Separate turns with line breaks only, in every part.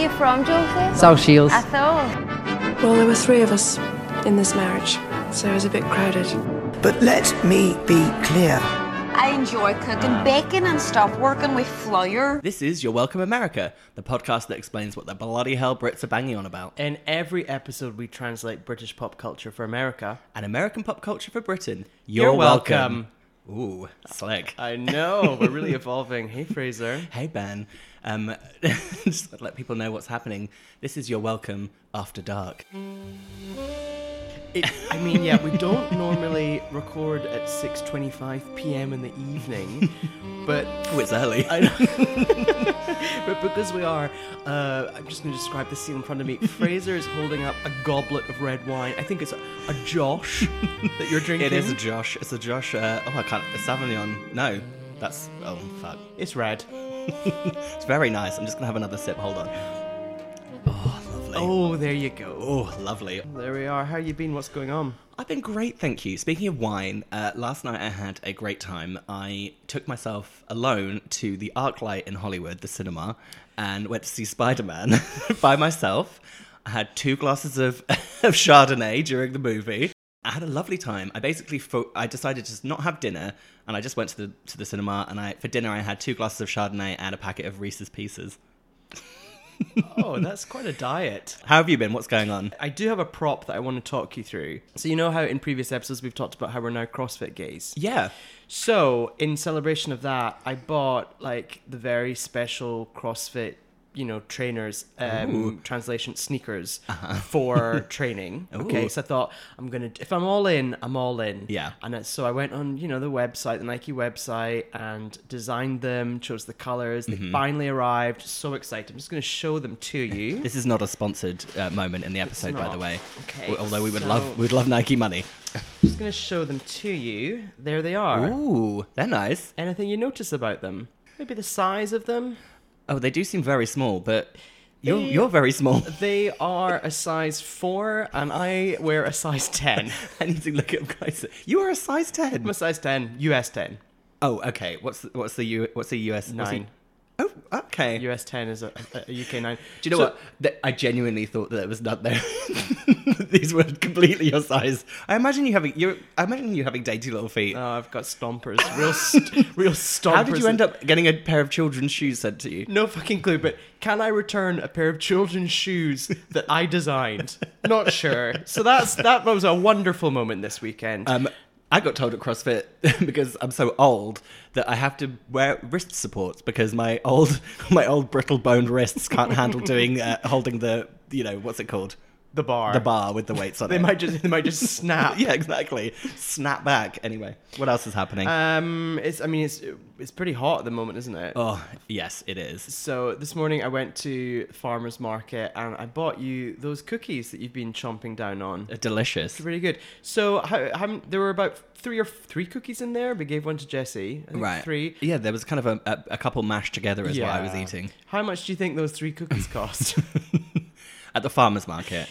you from, Joseph?
South Shields.
I thought.
Well, there were three of us in this marriage, so it was a bit crowded.
But let me be clear.
I enjoy cooking, baking, and stuff, working with Flyer.
This is Your Welcome America, the podcast that explains what the bloody hell Brits are banging on about,
In every episode, we translate British pop culture for America.
and American pop culture for Britain. welcome. Ooh, slick.
I know, we're really evolving. Hey, Fraser.
Hey Ben, um, just to let people know what's happening. This is Your Welcome After Dark.
It, I mean, yeah, we don't normally record at 6:25 p.m. in the evening, but
Oh, it's early.
I know. but because we are, uh, I'm just going to describe the scene in front of me. Fraser is holding up a goblet of red wine. I think it's a, a Josh that you're drinking.
It is a Josh. It's a Josh. Uh, oh, I can't. It's Sauvignon. No, that's oh fuck.
It's red.
It's very nice. I'm just gonna have another sip. Hold on. Oh, lovely.
Oh, there you go.
Oh, lovely.
There we are. How you been? What's going on?
I've been great, thank you. Speaking of wine, uh, last night I had a great time. I took myself alone to the ArcLight in Hollywood, the cinema, and went to see Spider Man by myself. I had two glasses of, of Chardonnay during the movie. I had a lovely time. I basically fo- I decided to just not have dinner, and I just went to the to the cinema. And I for dinner I had two glasses of Chardonnay and a packet of Reese's Pieces.
Oh, that's quite a diet.
How have you been? What's going on?
I do have a prop that I want to talk you through. So you know how in previous episodes we've talked about how we're now CrossFit gays.
Yeah,
So in celebration of that, I bought like the very special CrossFit, you know, trainers um, translation sneakers for training. Okay,
Uh-huh. Ooh.
so I thought I'm gonna if I'm all in, I'm all in.
Yeah.
And it, so I went on you know the website, the Nike website, and designed them, chose the colors.
Mm-hmm.
They finally arrived. So excited! I'm just gonna show them to you.
This is not a sponsored uh, moment in the episode, by the
not.
way.
Okay,
W- Although we would
so-
love, we'd love Nike money.
just gonna show them to you. There they are.
Ooh, they're nice.
Anything you notice about them? Maybe the size of them.
Oh, they do seem very small, but you're
They-
you're very small.
They are a size four, and I wear a size ten.
I need to look up guys. You are a size
I'm
ten.
a size ten, US ten.
Oh, okay. What's the, what's the U, what's the US what's the-
Nine.
oh, okay.
US ten is a, a- a UK nine.
do you know
So-
what? Th- I genuinely thought that it was not there. These were completely your size. I imagine you having you. I imagine you having dainty little feet.
Oh, I've got stompers, real, st- real stompers.
How did you end up getting a pair of children's shoes sent to you?
No fucking clue. But can I return a pair of children's shoes that I designed? Not sure. So that's that was a wonderful moment this weekend.
Um, I got told at CrossFit because I'm so old that I have to wear wrist supports because my old my old brittle boned wrists can't handle doing uh, holding the you know what's it called
the bar.
the bar with the weights on
They
it.
might just they might just snap.
yeah, exactly. Snap back. Anyway, what else is happening?
Um, it's I mean it's it's pretty hot at the moment, isn't it?
oh yes, it is.
So this morning I went to farmers market and I bought you those cookies that you've been chomping down on.
Uh, Delicious.
Pretty good. So how, how m- there were about three or three cookies in there. We gave one to Jesse. I think
Right.
Three.
Yeah, there was kind of a, a, a couple mashed together is what I was
Yeah.
eating
How much do you think those three cookies cost?
at the farmers market.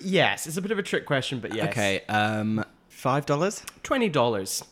yes, it's a bit of a trick question, but yes.
Okay, um, five dollars.
Twenty dollars.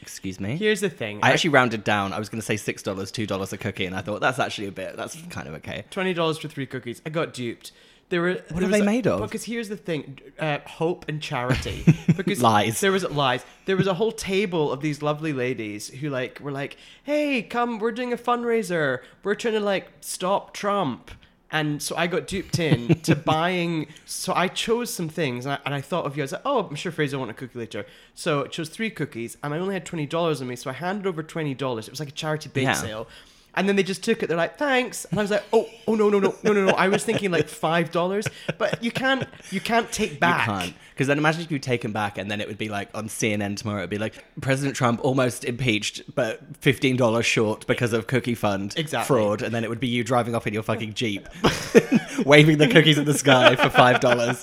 Excuse me.
Here's the thing.
I actually rounded down. I was going to say six dollars, two dollars a cookie, and I thought that's actually a bit. That's kind of okay.
Twenty dollars for three cookies. I got duped. There were what
are they made of?
Because here's the thing: uh, hope and charity. Because
Lies.
There was lies. There was a whole table of these lovely ladies who like were like, "Hey, come! We're doing a fundraiser. We're trying to like stop Trump." And so I got duped in to buying. So I chose some things, and I, and I thought of you. I was like, "Oh, I'm sure Fraser will want a cookie later." So I chose three cookies, and I only had twenty dollars on me. So I handed over twenty dollars. It was like a charity bake
Yeah.
sale. And then they just took it. They're like, "Thanks," and I was like, "Oh, oh no, no, no, no, no, no!" I was thinking like five dollars, but you can't, you can't take back.
You can't. Because then imagine if you take him back, and then it would be like on CNN tomorrow. It'd be like President Trump almost impeached, but fifteen dollars short because of cookie fund
Exactly.
fraud, and then it would be you driving off in your fucking jeep, waving the cookies at the sky for five dollars.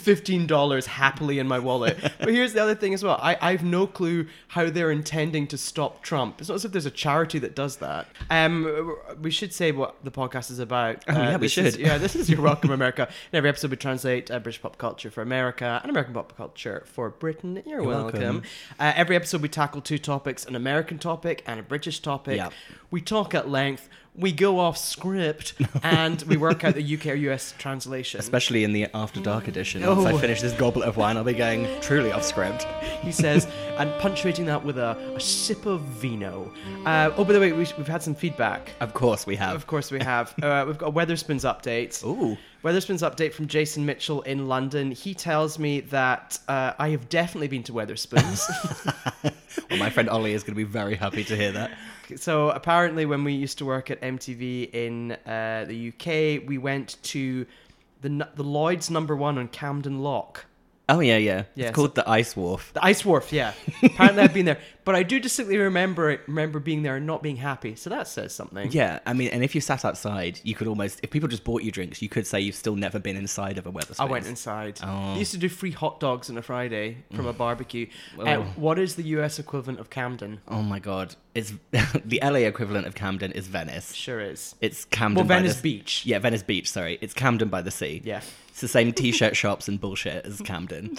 Fifteen dollars happily in my wallet. But here's the other thing as well. I, I have no clue how they're intending to stop Trump. It's not as if there's a charity that does that. Um, we should say what the podcast is about. Oh,
yeah, we should.
yeah, this is your Welcome America. In every episode, we translate uh, British pop culture for America and American pop culture for Britain. You're, welcome.
welcome.
Uh, every episode, we tackle two topics: an American topic and a British topic.
Yeah.
We talk at length. we go off script and we work out the UK or US translation.
Especially in the After Dark edition. Once I
Oh.
finish this goblet of wine, I'll be going truly off script.
he says, and punctuating that with a, a sip of vino. Uh, oh, by the way, we, we've had some feedback.
Of course, we have.
Of course, we have. Uh, we've got a Weatherspoons update.
Ooh.
Weatherspoons update from Jason Mitchell in London. He tells me that uh, I have definitely been to Weatherspoons.
Well, my friend Ollie is going to be very happy to hear that.
so apparently, when we used to work at MTV in uh, the UK, we went to the nu- the Lloyd's number one on Camden Lock.
Oh, yeah, yeah.
Yeah,
it's called the Ice Wharf.
The Ice Wharf, yeah. Apparently, I've been there, but I do distinctly remember it- remember being there and not being happy. So that says something.
Yeah, I mean, and if you sat outside, you could almost, if people just bought you drinks, you could say you've still never been inside of a Weatherspoons.
I went inside.
Oh. Mm.
They used to do free hot dogs on a Friday from a barbecue. Uh,
Oh.
what is the US equivalent of Camden?
Oh my god. It's the LA equivalent of Camden is Venice.
Sure is.
It's Camden.
Well,
by
Venice
the-
Beach.
Yeah, Venice Beach. Sorry, it's Camden by the sea.
Yeah.
it's the same T-shirt shops and bullshit as Camden.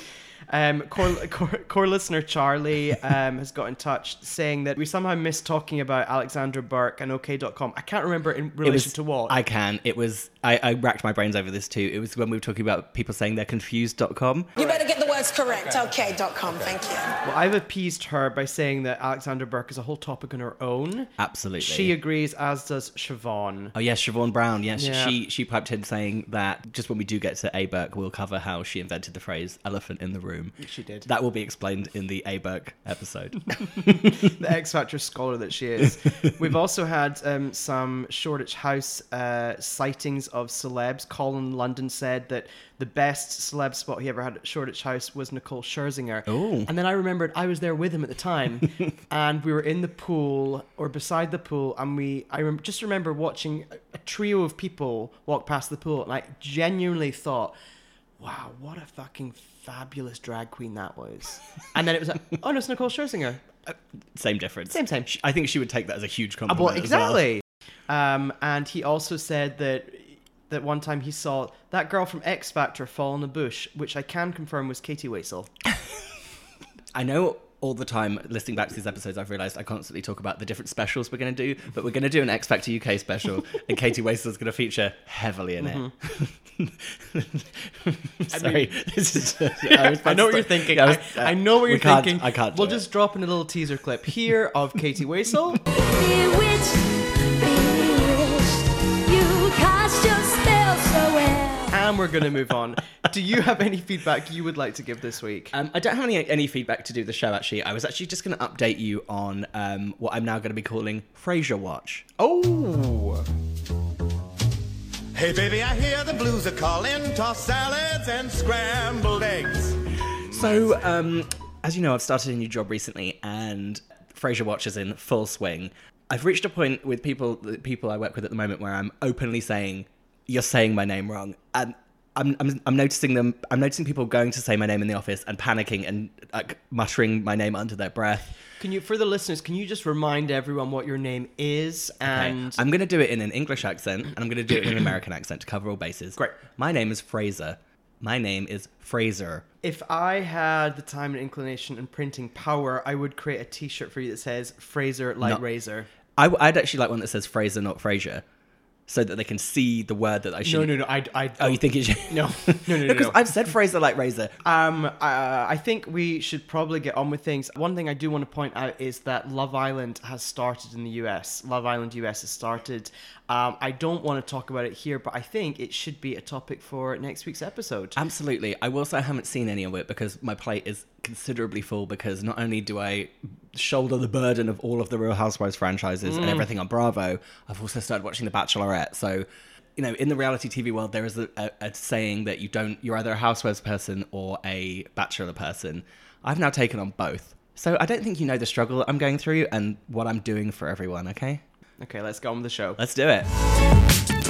Um, core, core, core listener Charlie um, has got in touch saying that we somehow missed talking about Alexandra Burke and OK.com. I can't remember in relation to what.
I can. It was. I, I racked my brains over this too. It was when we were talking about people saying they're confused.com.
You better get the words correct. Okay, dot com. Thank you.
well, I've appeased her by saying that Alexandra Burke is a whole topic on her own.
Absolutely.
She agrees, as does Siobhan.
Oh yes, Siobhan Brown. Yes,
Yeah.
she she piped in saying that just when we do get to A Burke, we'll cover how she invented the phrase "elephant in the room."
She did.
That will be explained in the A Burke episode.
the X Factor scholar that she is. We've also had um, some Shoreditch House uh, sightings of celebs. Colin London said that the best celeb spot he ever had at Shoreditch House was Nicole Scherzinger.
Ooh.
And then I remembered I was there with him at the time, and we were in the pool or beside the pool, and we I rem- just remember watching a, a trio of people walk past the pool, and I genuinely thought. Wow, what a fucking fabulous drag queen that was. And then it was like, oh no, it's Nicole Scherzinger.
Same difference.
Same, same.
She- I think she would take that as a huge
Uh,
compliment.
Well,
as well.
exactly. Um, and he also said that that one time he saw that girl from X Factor fall in a bush, which I can confirm was Katie Waisel.
I know all the time listening back to these episodes, I've realised I constantly talk about the different specials we're going to do, but we're going to do an X Factor UK special, and Katie Wastel's going to feature heavily in
Mm-hmm.
it. Sorry, this is. Just, I, was about
I know
to
what you're
start-
thinking.
I
I,
was-
I know what
we
you're
can't-
thinking.
I can't. do
We'll
it.
just drop in a little teaser clip here of Katie Waisel.
Bewitched, bewitched, you cast your spell so well.
and we're going to move on. Do you have any feedback you would like to give this week?
Um, I don't have any any feedback to do with the show. Actually, I was actually just going to update you on um, what I'm now going to be calling Frasier Watch.
Oh,
Hey, baby, I hear the blues are calling. Toss salads and scrambled eggs.
So, um, as you know, I've started a new job recently, and Frasier Watch is in full swing. I've reached a point with people, the people I work with at the moment, where I'm openly saying, "You're saying my name wrong," and I'm, I'm, I'm noticing them. I'm noticing people going to say my name in the office and panicking and like muttering my name under their breath.
can you for the listeners? Can you just remind everyone what your name is
Okay,
and
I'm going to do it in an English accent, and I'm going to do it in an American accent to cover all bases.
Great.
My name is Fraser. My name is Fraser.
If I had the time and inclination and printing power, I would create a T-shirt for you that says "Fraser like
No.
razor."
I, would actually like one that says Fraser, not Frasier, so that they can see the word that I should.
No, no, no. I, I
Oh, you think it should?
No. No, no, no,
Because
no.
I've said Fraser like razor.
um, uh, I think we should probably get on with things. One thing I do want to point out is that Love Island has started in the U.S. Love Island U.S. has started. Um, I don't want to talk about it here, but I think it should be a topic for next week's episode. Ah.
Absolutely. I will say I haven't seen any of it because my plate is considerably full. Because not only do I shoulder the burden of all of the Real Housewives franchises and everything on Bravo, I've also started watching The Bachelorette. So, you know, in the reality TV world, there is a, a, a saying that you don't. You're either a Housewives person or a Bachelor person. I've now taken on both. So I don't think you know the struggle I'm going through and what I'm doing for everyone. Okay,
Okay, let's get on with the show.
let's do it.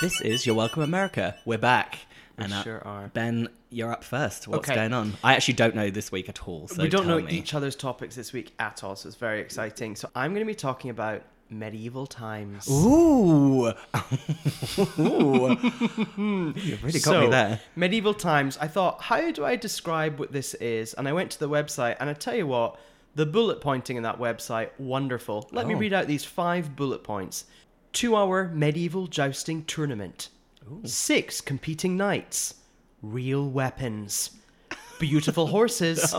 This is Your Welcome America. We're back. and uh,
sure are.
Ben, you're up first. What's
Okay.
going on? I actually don't know this week at all. So
we don't
tell
know
me.
each other's topics this week at all, so it's very exciting. So I'm going to be talking about medieval times.
Ooh. Ooh. You've really got
so,
me there.
medieval times. I thought, how do I describe what this is? And I went to the website, and I tell you what, The bullet pointing in that website, wonderful. Let me
Oh.
read out these five bullet points. Two hour medieval jousting tournament. Six competing knights. Real weapons. Beautiful horses.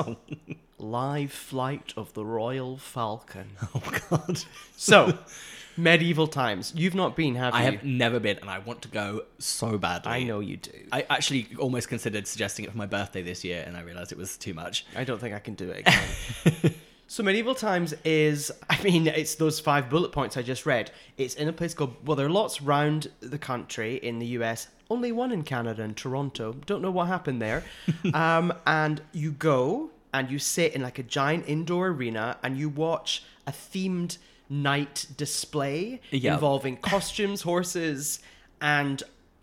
Live flight of the Royal Falcon.
Oh God.
So, medieval times. You've not been, have
I
you?
have never been, and I want to go so badly.
I know you do.
I actually almost considered suggesting it for my birthday this year, and I realized it was too much.
I don't think I can do it again. so medieval times is I mean, it's those five bullet points I just read. It's in a place called well, there are lots round the country in the US, only one in Canada in Toronto. Don't know what happened there. um, and you go and you sit in like a giant indoor arena and you watch a themed night display
Yeah.
involving costumes, horses, and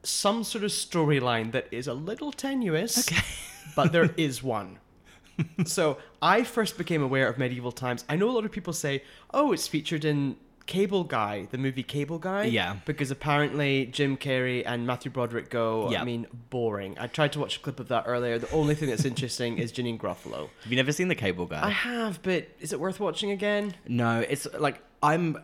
some sort of storyline that is a little tenuous, but there is one. So I first became aware of medieval times. I know a lot of people say, "Oh, it's featured in Cable Guy, the movie Cable Guy."
Yeah.
Because apparently Jim Carrey and Matthew Broderick go.
Yeah.
I mean, boring. I tried to watch a clip of that earlier. The only thing that's interesting is Janine Gruffalo.
Have you never seen The Cable Guy?
I have, but is it worth watching again?
No, it's like I'm.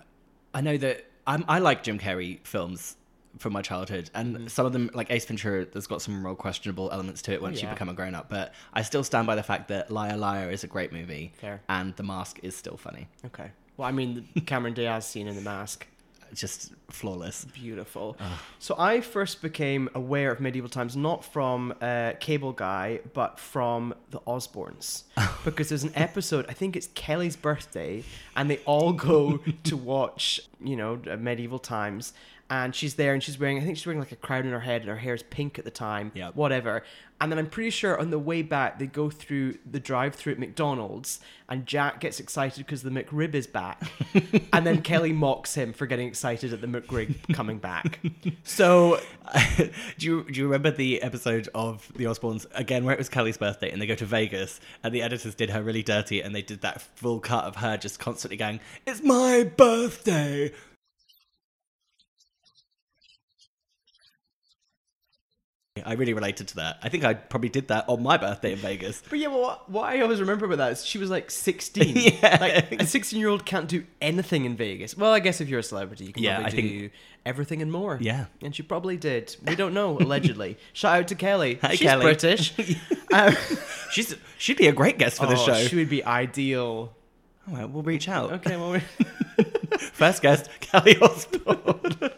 I know that I'm. I like Jim Carrey films from my childhood, and
Mm-hmm.
some of them, like Ace Ventura, there's got some real questionable elements to it once
yeah.
you become a grown up. But I still stand by the fact that Liar Liar is a great movie,
Fair.
and The Mask is still funny.
Okay. Well, I mean, the Cameron Diaz scene in The Mask.
Just flawless.
beautiful. So I first became aware of medieval times not from uh, Cable Guy, but from the Osbournes, because there's an episode. I think it's Kelly's birthday, and they all go to watch, you know, uh, medieval times. And she's there, and she's wearing. I think she's wearing like a crown in her head, and her hair's pink at the time.
Yeah.
Whatever. And then I'm pretty sure on the way back they go through the drive-through at McDonald's, and Jack gets excited because the McRib is back, and then Kelly mocks him for getting excited at the McRib coming back.
So, do you do you remember the episode of The Osbournes again, where it was Kelly's birthday, and they go to Vegas, and the editors did her really dirty, and they did that full cut of her just constantly going, "It's my birthday." I really related to that. I think I probably did that on my birthday in Vegas.
But yeah, well, what, what I always remember about that is she was like 16.
Yeah.
Like a 16 year old can't do anything in Vegas. Well, I guess if you're a celebrity, you can
Yeah,
probably
I
do everything and more.
Yeah.
And she probably did. We don't know, allegedly. Shout out to Kelly.
Hi,
She's
Kelly.
British. um,
She's she'd be a great guest for the
oh,
show.
She would be ideal.
All right, we'll reach out.
Okay, well, we
First guest, Kelly Osbourne.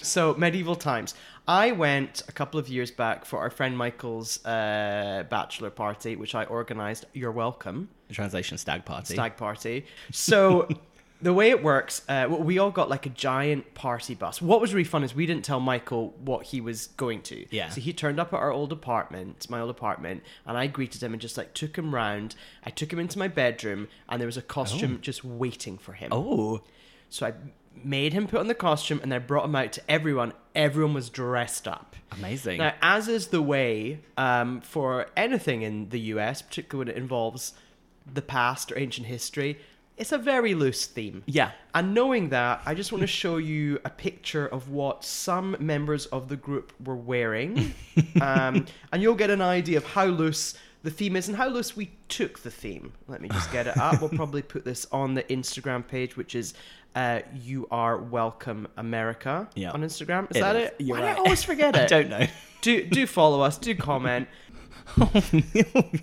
So medieval times. I went a couple of years back for our friend Michael's uh, bachelor party, which I organised. You're welcome,
Translation stag party.
stag party. So the way it works, uh, w- we all got like a giant party bus. What was really fun is we didn't tell Michael what he was going to.
Yeah.
So he turned up at our old apartment, my old apartment, and I greeted him and just like took him round. I took him into my bedroom, and there was a costume just waiting for him.
Oh,
So I made him put on the costume and I brought him out to everyone. Everyone was dressed up.
amazing.
Now, as is the way um, for anything in the US, particularly when it involves the past or ancient history, it's a very loose theme.
Yeah.
And knowing that, I just want to show you a picture of what some members of the group were wearing. um, and you'll get an idea of how loose the theme is and how loose we took the theme. Let me just get it up. We'll probably put this on the Instagram page, which is uh, You Are Welcome America
Yeah.
on Instagram. Is
It
that
is.
it?
You're
Why do I
right.
always forget it?
I don't know.
do do follow us do comment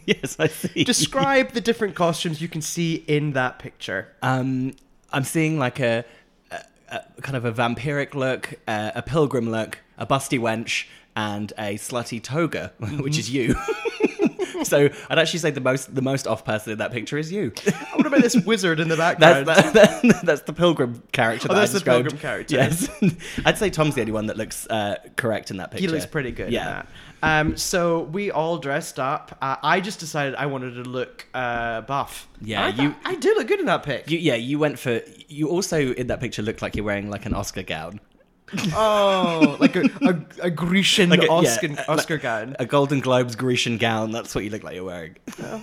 yes, I see.
describe the different costumes you can see in that picture
um, I'm seeing like a, a, a kind of a vampiric look, uh, a pilgrim look, a busty wench, and a slutty toga, which is you.
Mm-hmm.
so I'd actually say the most the most off person in that picture is you.
what about this wizard in the background
That's that, that's the pilgrim character.
Oh,
that I
that's the
described.
pilgrim character.
Yes, I'd say Tom's the only one that looks uh, correct in that
he
picture.
looks pretty good
Yeah.
yeah um so we all dressed up uh, i just decided i wanted to look uh buff
Yeah,
I
you-
thought- i do look good in that pic
You, yeah, you went for. You also in that picture looked like you're wearing like an Oscar gown.
oh like a, a, a grecian
a- yeah,
oscar,
like-
oscar gown
a Golden Globes Grecian gown. That's what you look like you're wearing.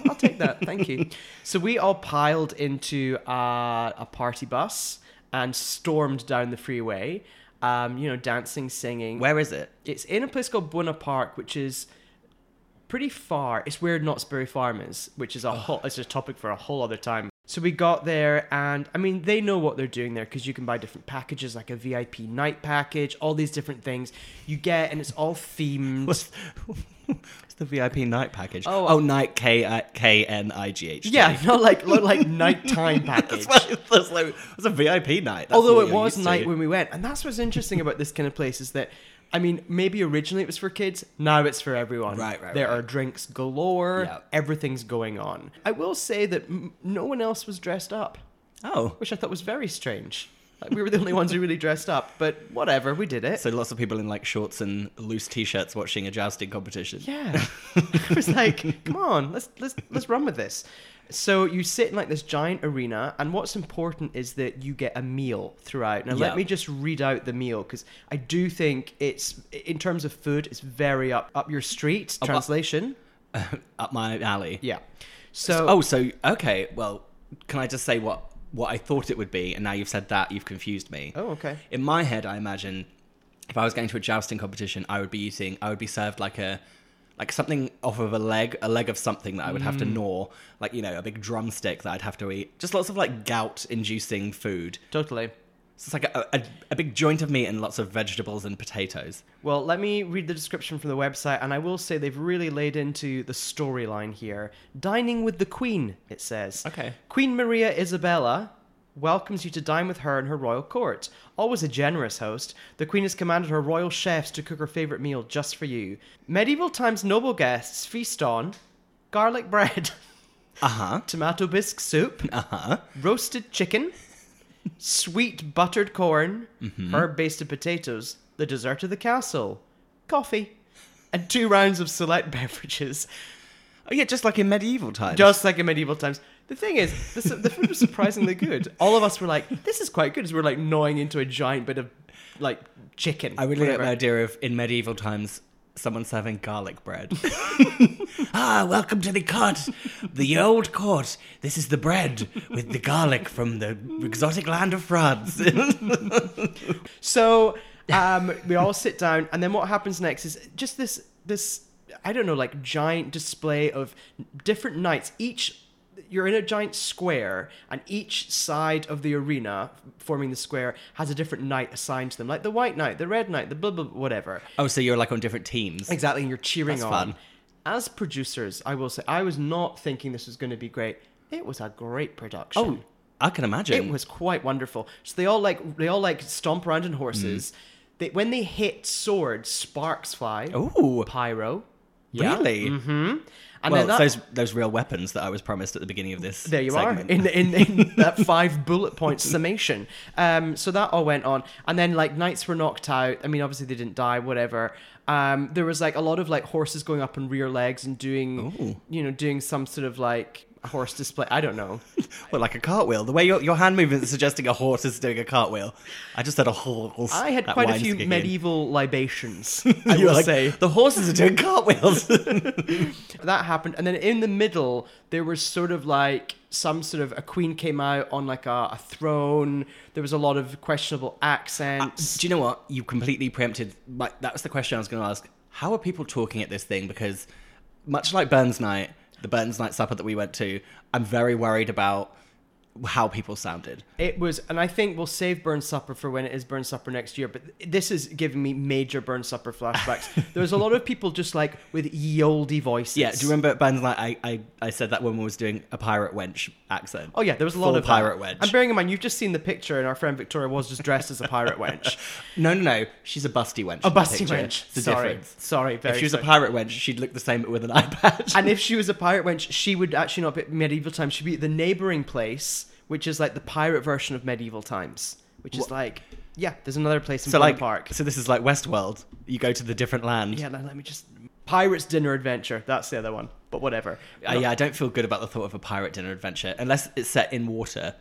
I'll take that. Thank you. So we all piled into uh, a party bus and stormed down the freeway. Um, you know, dancing, singing.
Where is it?
It's in a place called Buena Park, which is pretty far. It's where Knott's Berry Farm is, which is a whole. It's a topic for a whole other time. So we got there, and I mean, they know what they're doing there because you can buy different packages, like a VIP night package, all these different things you get, and it's all themed.
What's, what's the VIP night package? Oh, oh night K K N I G H.
uh, yeah, not like not like nighttime package.
That's, what, that's like it's a VIP night. That's
Although
what
it
you're
was
used
night
to.
when we went, and that's what's interesting about this kind of place is that, I mean, maybe originally it was for kids, now it's for everyone.
Right, right,
There
right.
are drinks galore.
Yeah.
Everything's going on. I will say that m- no one else was dressed up,
oh,
which I thought was very strange. Like, we were the only ones who really dressed up, but whatever, we did it.
so lots of people in like shorts and loose t-shirts watching a jousting competition.
Yeah. I was like, come on, let's let's let's run with this. So you sit in like this giant arena, and what's important is that you get a meal throughout. Now
Yeah.
let me just read out the meal because I do think it's in terms of food, it's very up up your street. Translation,
up my alley.
yeah. So
Oh, so okay. Well, can I just say what what I thought it would be, and now you've said that, you've confused me.
Oh, okay.
In my head, I imagine if I was going to a jousting competition, I would be eating. I would be served like a like something off of a leg, a leg of something that I would have to
Mm.
gnaw, like you know, a big drumstick that I'd have to eat. Just lots of like gout-inducing food.
totally.
So it's like a, a, a big joint of meat and lots of vegetables and potatoes.
Well, let me read the description from the website, and I will say they've really laid into the storyline here. Dining with the Queen, it says.
Okay.
Queen Maria Isabella welcomes you to dine with her in her royal court. Always a generous host, the Queen has commanded her royal chefs to cook her favourite meal just for you. Medieval times noble guests feast on garlic bread,
Uh huh.
tomato bisque soup,
Uh huh.
roasted chicken, sweet buttered corn, herb basted potatoes, the dessert of the castle, coffee, and two rounds of select beverages,
Oh yeah, just like in medieval times.
just like in medieval times. The thing is, the, su- the food was surprisingly good. All of us were like, this is quite good, as we are like gnawing into a giant bit of like chicken.
I really like
whatever.
the idea of in medieval times someone serving garlic bread. ah, welcome to the court, the old court. This is the bread with the garlic from the exotic land of France.
So um, we all sit down, and then what happens next is just this this I don't know like giant display of different knights. Each you're in a giant square, and each side of the arena forming the square has a different knight assigned to them, like the white knight, the red knight, the blah blah whatever.
oh, so you're like on different teams.
Exactly, and you're cheering
That's
on.
fun.
As producers, I will say I was not thinking this was going to be great. It was a great production.
Oh, I can imagine.
It was quite wonderful. So they all like they all like stomp around on horses.
Mm.
They, when they hit swords, sparks fly.
Ooh.
pyro! Yeah.
really.
And
Well,
then that,
it's those those real weapons that I was promised at the beginning of this.
there you
segment.
are in, in in that five bullet point summation. Um, so that all went on, and then like knights were knocked out. I mean, obviously they didn't die, whatever. Um, there was like a lot of like horses going up on rear legs and doing
Ooh.
you know doing some sort of like horse display. I don't know.
well, like a cartwheel. The way your, your hand movement is suggesting a horse is doing a cartwheel. I just said a horse.
I had
That
quite a
wine's
few
kicking in.
medieval libations. I
You were
will
like,
say
the horses are doing cartwheels.
that happened and then in the middle there was sort of like some sort of a queen came out on like a, a throne there was a lot of questionable accents
Do you know what? You completely preempted. My, that was the question I was going to ask. How are people talking at this thing? Because much like Burns Night, the Burns Night supper that we went to, I'm very worried about how people sounded.
it was and i think we'll save burn supper for when it is burn supper next year but this is giving me major burn supper flashbacks there was a lot of people just like with ye olde voices
Yeah, do you remember at Burns Night? I, I, I said that woman was doing a pirate wench accent.
Oh yeah, there was a lot
Full
of that.
pirate wench.
And bearing in mind, you've just seen the picture, and our friend Victoria was just dressed as a pirate wench.
no, no, no. She's a busty wench.
A
in the
busty
picture.
wench.
It's the
Sorry.
difference.
Sorry,
if
very
she was
sorry.
a pirate wench, she'd look the same but with an eye patch.
and if she was a pirate wench, she would actually not be at medieval times. She'd be at the neighboring place, which is like the pirate version of medieval times, which is like yeah, there's another place in
so like,
Park.
so this is like Westworld. You go to the different land.
yeah, let let me just pirates dinner adventure. That's the other one, but whatever.
Uh, yeah, I don't feel good about the thought of a pirate dinner adventure unless it's set in water.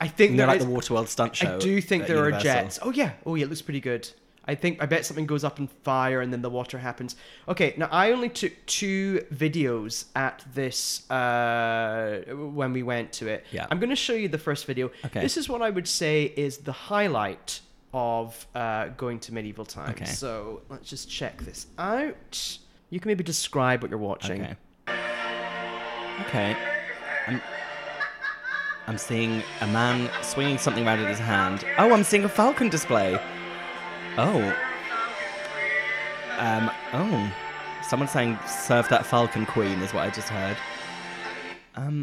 I think
You know,
there
like
is-
the Waterworld stunt show.
I do think
at
there
Universal.
are jets. Oh yeah, oh yeah, it looks pretty good. I think I bet something goes up in fire and then the water happens. Okay, now I only took two videos at this uh, when we went to it.
Yeah.
I'm going to show you the first video.
Okay.
This is what I would say is the highlight of uh, going to medieval times.
Okay.
So let's just check this out. You can maybe describe what you're watching.
Okay. Okay. I'm, I'm seeing a man swinging something around in his hand. Oh, I'm seeing a falcon display. Oh. Um, oh. Someone saying, serve that falcon queen, is what I just heard.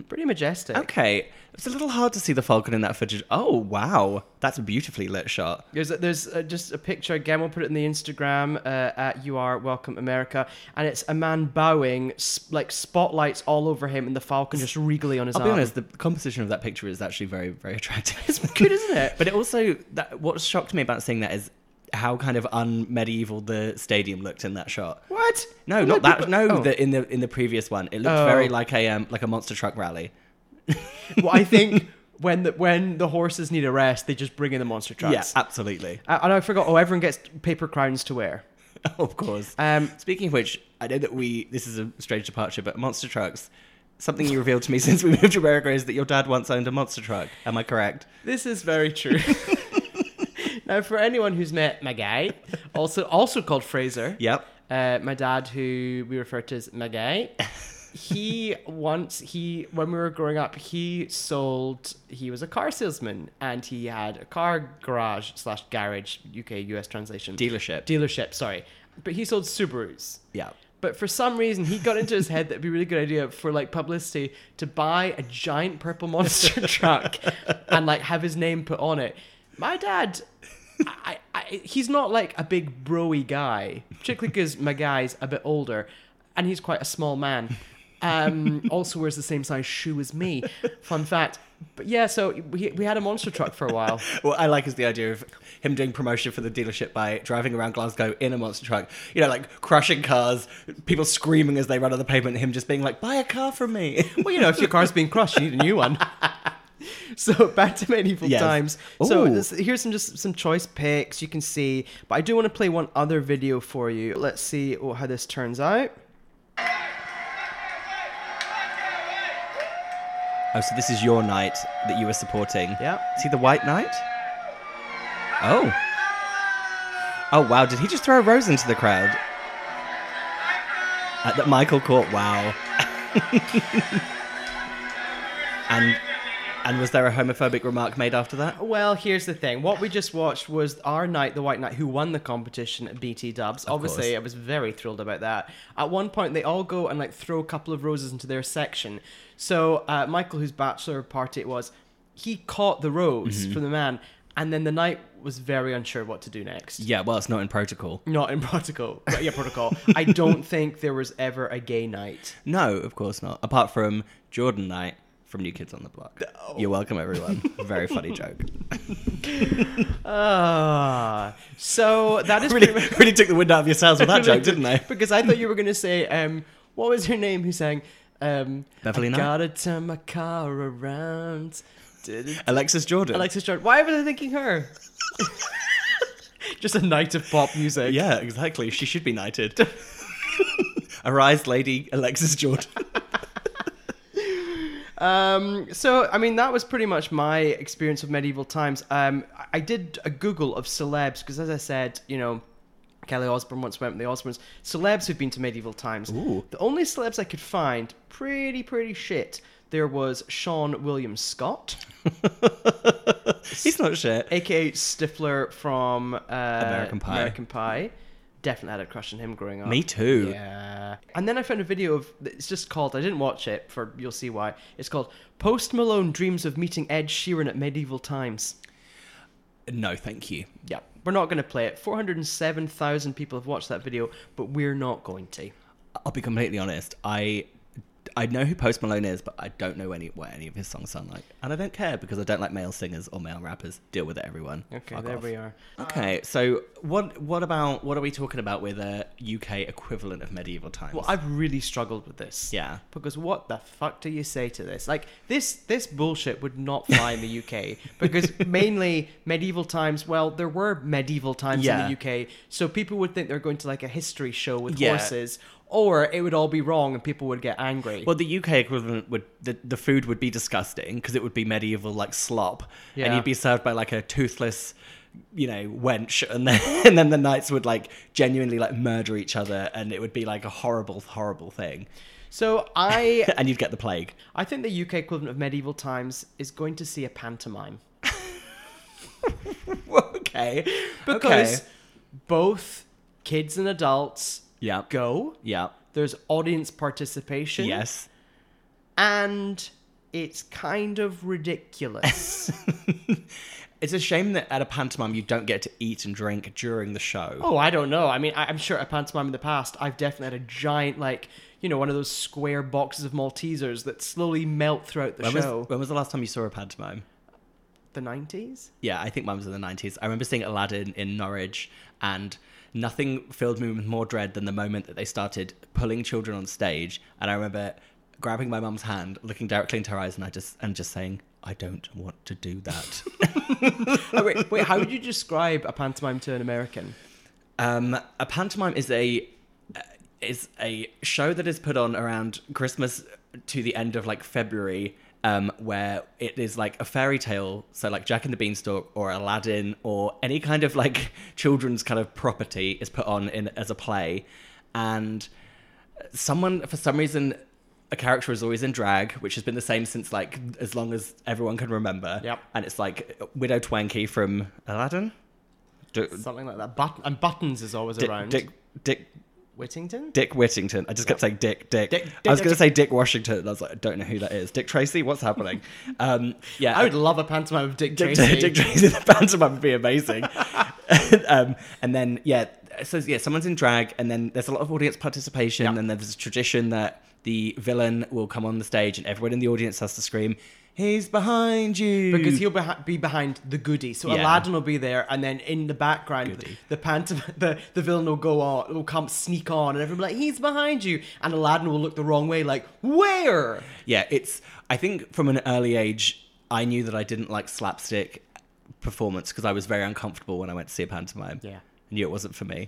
Pretty majestic.
Okay. It's a little hard to see the falcon in that footage. Oh, wow. That's a beautifully lit shot.
There's there's uh, just a picture again. We'll put it in the Instagram uh, at you are welcome America, and it's a man bowing, s like spotlights all over him, and the falcon just regally on his
I'll
arm.
be honest, the composition of that picture is actually very, very attractive. It's
good, isn't it?
But it also, that, what shocked me about seeing that is how kind of unmedieval the stadium looked in that shot.
What?
No,
Well,
not
no,
that.
people-
No,
oh.
the, in the in the previous one, it looked
Oh.
very like a um, like a monster truck rally.
Well, I think when the when the horses need a rest, they just bring in the monster trucks.
Yeah, absolutely.
Uh, and I forgot. Oh, everyone gets paper crowns to wear.
of course.
Um,
Speaking of which, I know that we this is a strange departure, but monster trucks. Something you revealed to me since we moved to America is that your dad once owned a monster truck. Am I correct?
This is very true. now, for anyone who's met my guy, also also called Fraser.
Yep.
Uh, my dad, who we refer to as my guy, he once he when we were growing up, he sold. He was a car salesman, and he had a car garage slash garage UK US translation
Dealership.
dealership. Sorry, but he sold Subarus.
yeah.
But for some reason, he got into his head that it'd be a really good idea for like publicity to buy a giant purple monster truck and like have his name put on it. My dad, I, I, he's not like a big broy guy, particularly because my guy's a bit older and he's quite a small man. Um, also wears the same size shoe as me. Fun fact. But yeah, so we, we had a monster truck for a while.
What I like is the idea of him doing promotion for the dealership by driving around Glasgow in a monster truck. You know, like crushing cars, people screaming as they run on the pavement, and him just being like, "Buy a car from me."
Well, you know, if your car's being crushed, you need a new one. so back to medieval
Yes.
times. So
Ooh.
this, here's some just some choice picks you can see, but I do want to play one other video for you. Let's see oh, how this turns out.
Oh, so this is your knight that you were supporting.
Yeah.
Is he the white knight? Oh. Oh, wow. Did he just throw a rose into the crowd? Uh, that Michael caught. Wow. and and was there a homophobic remark made after that?
Well, here's the thing. What we just watched was our knight, the White Knight, who won the competition at BT Dubs. Obviously,
course.
I was very thrilled about that. At one point, they all go and like throw a couple of roses into their section. So uh, Michael, whose bachelor party it was, he caught the rose
Mm-hmm.
from the man, and then the knight was very unsure what to do next.
Yeah, well, it's not in protocol.
Not in protocol. But yeah, protocol. I don't think there was ever a gay night.
No, of course not. Apart from Jordan Knight from New Kids on the Block.
Oh.
You're welcome, everyone. Very funny joke.
Ah, so that is
really,
pretty much-
really took the wind out of your sails with that joke, didn't I?
Because I thought you were going to say, um, what was her name who sang? Um,
Beverly
I
Knight?
Gotta turn my car around. Did it-
Alexis Jordan.
Alexis Jordan. Why was I thinking her? Just a night of pop music.
Yeah, exactly. She should be knighted. Arise, Lady Alexis Jordan.
So, I mean, that was pretty much my experience of medieval times. Um, I- I did a Google of celebs because, as I said, you know, Kelly Osbourne once went with the Osbournes. Celebs who've been to medieval times.
Ooh.
The only celebs I could find, pretty, pretty shit. There was Sean William Scott,
He's not shit.
aka Stifler from uh,
American Pie.
American Pie. Definitely had a crush on him growing up.
Me too.
Yeah. And then I found a video of it's just called I didn't watch it for you'll see why. It's called Post Malone dreams of meeting Ed Sheeran at medieval times.
No, thank you.
Yeah. We're not going to play it. 407,000 people have watched that video, but we're not going to.
I'll be completely honest. I I know who Post Malone is, but I don't know any what any of his songs sound like, and I don't care because I don't like male singers or male rappers. Deal with it, everyone.
Okay,
Fuck
there
off.
we are.
Okay,
Um,
so what what about what are we talking about with a UK equivalent of medieval times?
Well, I've really struggled with this.
Yeah.
Because what the fuck do you say to this? Like this this bullshit would not fly in the UK because mainly medieval times, well, there were medieval times
Yeah.
in the UK, so people would think they're going to like a history show with
Yeah.
horses or it would all be wrong and people would get angry.
Well, the UK equivalent would the, the food would be disgusting because it would be medieval like slop, and
Yeah.
you'd be served by like a toothless, you know, wench, and then and then the knights would like genuinely like murder each other, and it would be like a horrible, horrible thing.
So I
and you'd get the plague.
I think the UK equivalent of medieval times is going to see a pantomime
okay.
because
Okay.
both kids and adults
Yep.
go.
Yeah.
There's audience participation.
Yes.
And it's kind of ridiculous.
It's a shame that at a pantomime you don't get to eat and drink during the show.
oh, I don't know. I mean, I, I'm sure at a pantomime in the past, I've definitely had a giant, like, you know, one of those square boxes of Maltesers that slowly melt throughout the
when,
show.
was, when was the last time you saw a pantomime?
The 90s?
Yeah, I think mine was in the 90s. I remember seeing Aladdin in Norwich, and nothing filled me with more dread than the moment that they started pulling children on stage. And I remember grabbing my mum's hand, looking directly into her eyes, and I just and just saying, "I don't want to do that."
Oh, wait, wait, how would you describe a pantomime to an American?
Um, a pantomime is a uh, is a show that is put on around Christmas to the end of like February, um, where it is like a fairy tale, so like Jack and the Beanstalk or Aladdin or any kind of like children's kind of property is put on in as a play, and someone for some reason. A character is always in drag, which has been the same since like as long as everyone can remember.
Yep.
And it's like Widow Twanky from Aladdin, D-
Something like that. But- and Buttons is always
Dick,
around.
Dick, Dick,
Whittington?
Dick Whittington. I just kept saying Dick, Dick.
Dick,
I was
Dick,
going to
Dick.
say Dick Washington. and I was like, I don't know who that is. Dick Tracy. What's happening? Um, yeah,
I would love a pantomime of Dick
Dick,
Tracy.
Dick Tracy. The pantomime would be amazing. um, and then yeah, so yeah, someone's in drag, and then there's a lot of audience participation,
Yeah.
and there's a tradition that the villain will come on the stage, and everyone in the audience has to scream, "He's behind you!"
because he'll behi- be behind the goodie. So
Mm. Yeah.
Aladdin will be there, and then in the background, the,
Goodie.
the pantom- the the villain will go on, will come sneak on, and everyone will be like, "He's behind you," and Aladdin will look the wrong way, like, "Where?"
yeah, it's. I think from an early age, I knew that I didn't like slapstick performance because I was very uncomfortable when I went to see a pantomime.
Yeah.
I knew it wasn't for me.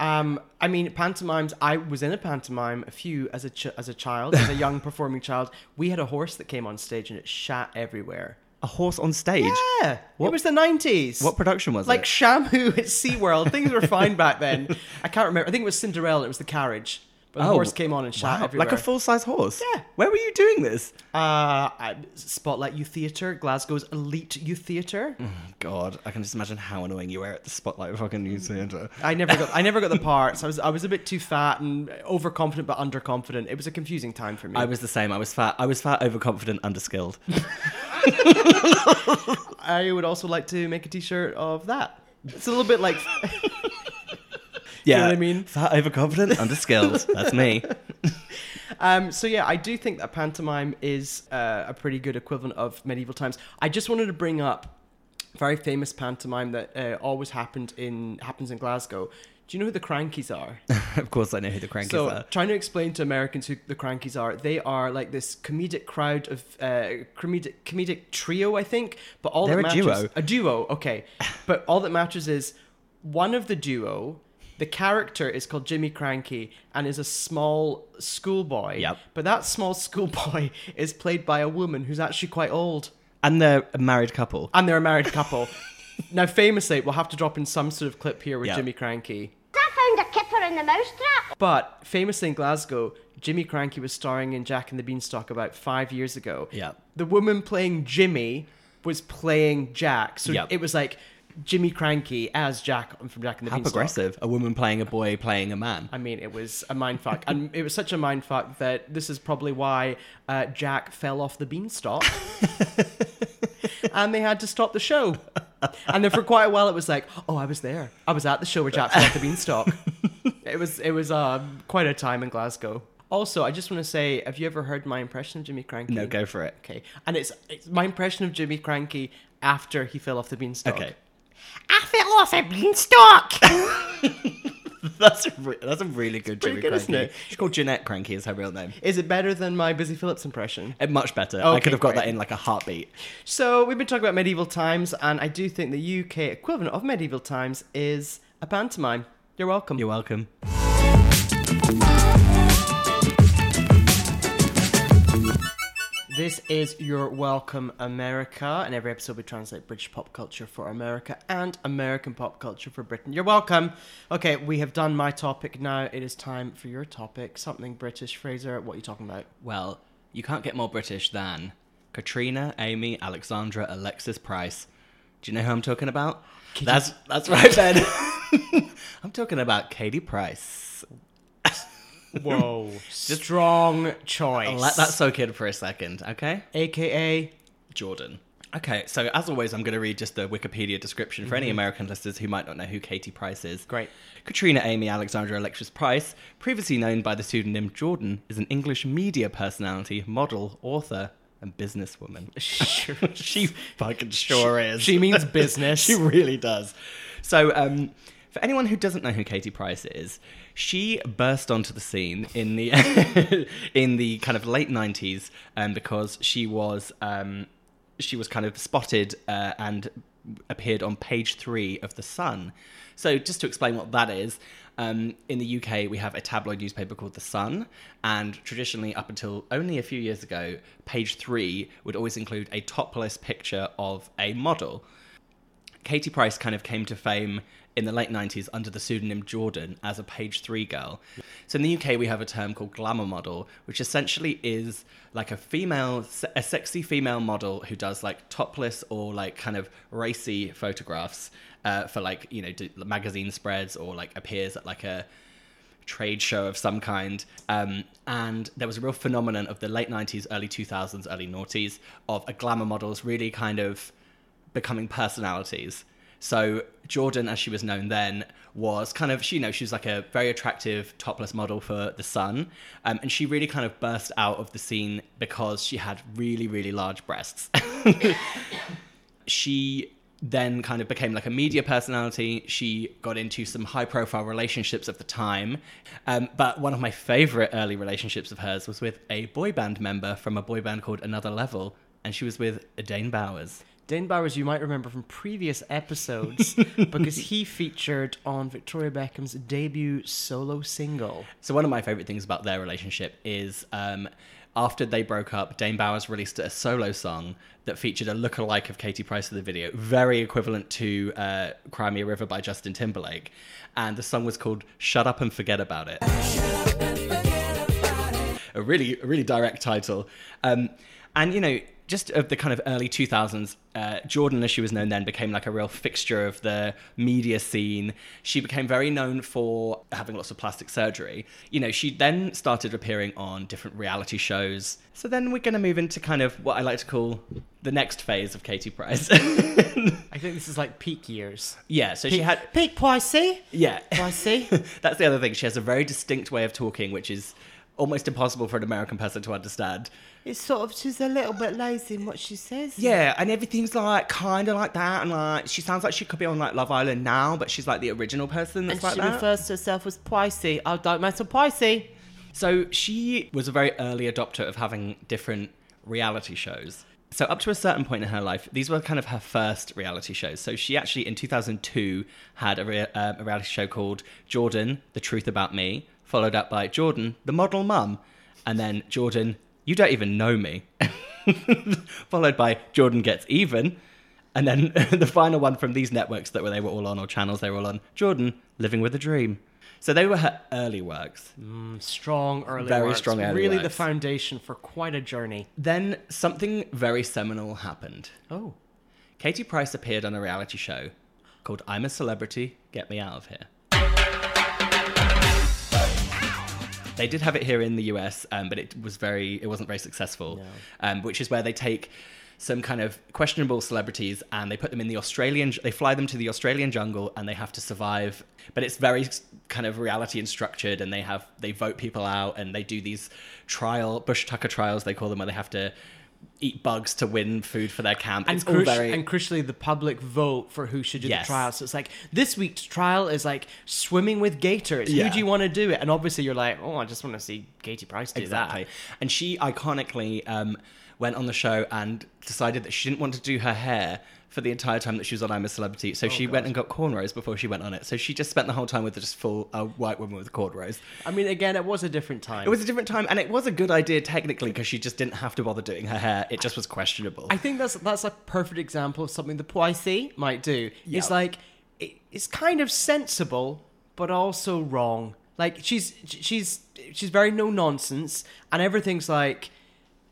Um, I mean, pantomimes. I was in a pantomime, a few as a ch- as a child, as a young performing child. We had a horse that came on stage, and it shat everywhere.
A horse on stage.
Yeah, it was the nineties.
What production was
like
it?
Shamu at SeaWorld. Things were fine back then. I can't remember. I think it was Cinderella. It was the carriage. But the horse came on and
Oh,
shot
wow,
everywhere.
Like a full size horse.
Yeah.
Where were you doing this?
Uh, I- Spotlight Youth Theatre, Glasgow's elite youth theatre.
Oh, God, I can just imagine how annoying you were at the spotlight fucking New Zealand.
I never got, I never got the parts. I was, I was a bit too fat and overconfident, but underconfident. It was a confusing time for me.
I was the same. I was fat. I was fat, overconfident, underskilled.
I would also like to make a T-shirt of that. It's a little bit like,
Yeah.
know what I mean?
Fat, overconfident, underskilled. That's me.
um, so yeah, I do think that pantomime is uh, a pretty good equivalent of medieval times. I just wanted to bring up a very famous pantomime that uh, always happened in happens in Glasgow. Do you know who the Crankies are?
of course, I know who the crankies
So,
are.
trying to explain to Americans who the Crankies are, they are like this comedic crowd of uh, comedic comedic trio, I think. But all
They're
that
a
matters,
duo.
a duo, okay. but all that matters is one of the duo. The character is called Jimmy Cranky and is a small schoolboy.
Yep.
But that small schoolboy is played by a woman who's actually quite old
And they're a married couple.
and they're a married couple. now, famously, we'll have to drop in some sort of clip here with
Yeah.
Jimmy Cranky.
I found a kipper in the mousetrap.
But famously in Glasgow, Jimmy Cranky was starring in Jack and the Beanstalk about five years ago.
Yeah.
The woman playing Jimmy was playing Jack. So
Yeah.
it was like Jimmy Cranky as Jack from Jack and the
How
Beanstalk.
progressive. A woman playing a boy playing a man.
I mean, it was a mindfuck. and it was such a mindfuck that this is probably why uh, Jack fell off the beanstalk. and they had to stop the show. And then for quite a while, it was like, oh, I was there. I was at the show where Jack fell off the beanstalk. it was, it was uh, quite a time in Glasgow. Also, I just want to say, have you ever heard my impression of Jimmy Cranky?
No, go for it.
Okay. And it's, it's my impression of Jimmy Cranky after he fell off the beanstalk.
Okay.
I fell off a beanstalk!
That's a re- that's a really good
pretty
Jimmy
good,
Cranky.
isn't it?
She's called Jeanette Cranky is her real name.
Is it better than my Busy Phillips impression?
Uh, Much better. I
Okay,
could have got
great.
that in like a heartbeat.
So we've been talking about medieval times, and I do think the UK equivalent of medieval times is a pantomime. You're welcome.
You're welcome.
This is Your Welcome America, and every episode we translate British pop culture for America and American pop culture for Britain. You're welcome. Okay, we have done my topic now. It is time for your topic. Something British, Fraser. What are you talking about?
Well, you can't get more British than Katrina, Amy, Alexandra, Alexis Price. Do you know who I'm talking about? that's that's right, Ben. I'm talking about Katie Price.
Whoa. Strong choice.
Let that soak in for a second, okay?
AKA
Jordan. Okay, so as always, I'm going to read just the Wikipedia description for any American listeners who might not know who Katie Price is.
Great.
Katrina Amy Alexandra Alexis Price, previously known by the pseudonym Jordan, is an English media personality, model, author, and businesswoman. she fucking sure is.
She means business.
she really does. So, um, for anyone who doesn't know who Katie Price is, she burst onto the scene in the in the kind of late '90s, um, because she was um, she was kind of spotted uh, and appeared on page three of the Sun. So, just to explain what that is, um, in the UK, we have a tabloid newspaper called The Sun, and traditionally, up until only a few years ago, page three would always include a topless picture of a model. Katie Price kind of came to fame in the late 90s under the pseudonym Jordan as a page three girl. So in the UK, we have a term called glamour model, which essentially is like a female, a sexy female model who does like topless or like kind of racy photographs uh, for like, you know, d- magazine spreads or like appears at like a trade show of some kind. Um, and there was a real phenomenon of the late 90s, early 2000s, early noughties of a glamour models really kind of becoming personalities. So Jordan, as she was known then, was kind of she you know she was like a very attractive topless model for the Sun, um, and she really kind of burst out of the scene because she had really really large breasts. she then kind of became like a media personality. She got into some high profile relationships of the time. Um, but one of my favorite early relationships of hers was with a boy band member from a boy band called Another Level, and she was with Dane Bowers.
Dane Bowers, you might remember from previous episodes because he featured on Victoria Beckham's debut solo single.
So one of my favorite things about their relationship is um, after they broke up, Dane Bowers released a solo song that featured a lookalike of Katie Price in the video, very equivalent to uh, "Cry Me a River" by Justin Timberlake, and the song was called "Shut Up and Forget About It." a really a really direct title um, and you know just of the kind of early 2000s uh, jordan as she was known then became like a real fixture of the media scene she became very known for having lots of plastic surgery you know she then started appearing on different reality shows so then we're going to move into kind of what i like to call the next phase of katie price
I think this is like peak years.
yeah so she had
peak Poissy.
yeah
Poissy.
That's the other thing. She has a very distinct way of talking, which is almost impossible for an American person to understand.
it's sort of she's a little bit lazy in what she says.
Yeah, and everything's like kind of like that, and like she sounds like she could be on like Love Island now, but she's like the original person that's
and
like
she
that.
refers to herself as Poissy. I don't matter Poissy.
so she was a very early adopter of having different reality shows. So up to a certain point in her life, these were kind of her first reality shows. So she actually in 2002 had a, rea- um, a reality show called Jordan: The Truth About Me, followed up by Jordan: The Model Mum, and then Jordan: You Don't Even Know Me, followed by Jordan Gets Even, and then the final one from these networks that were they were all on or channels they were all on: Jordan: Living with a Dream. So they were her early works.
Strong early
Very
works.
strong early
Really the
works.
foundation for quite a journey.
Then something very seminal happened.
Oh.
Katie Price appeared on a reality show called I'm a Celebrity, Get Me Out of Here. They did have it here in the US, um, but it was very it wasn't very successful. Um, which is where they take some kind of questionable celebrities and they put them in the Australian they fly them to the Australian jungle and they have to survive. But it's very s- kind of reality and structured and they have they vote people out and they do these trial bush tucker trials they call them where they have to eat bugs to win food for their camp.
And,
it's all
cruci-
very
and crucially, the public vote for who should do
Yes.
the trial. So it's like this week's trial is like swimming with gators.
Yeah.
Who do you want to do it? And obviously, you're like, oh, I just want to see Katie Price do
exactly. And she iconically um, went on the show and decided that she didn't want to do her hair for the entire time that she was on I'm a Celebrity. So she went and got cornrows before she went on it. So she just spent the whole time with just full uh, white woman with cornrows.
I mean, again, it was a different time.
It was a different time, and it was a good idea technically because she just didn't have to bother doing her hair. It just was questionable.
I think that's that's a perfect example of something the Poissy might do.
Yeah.
It's like it, it's kind of sensible, but also wrong. Like she's she's she's very no nonsense, and everything's like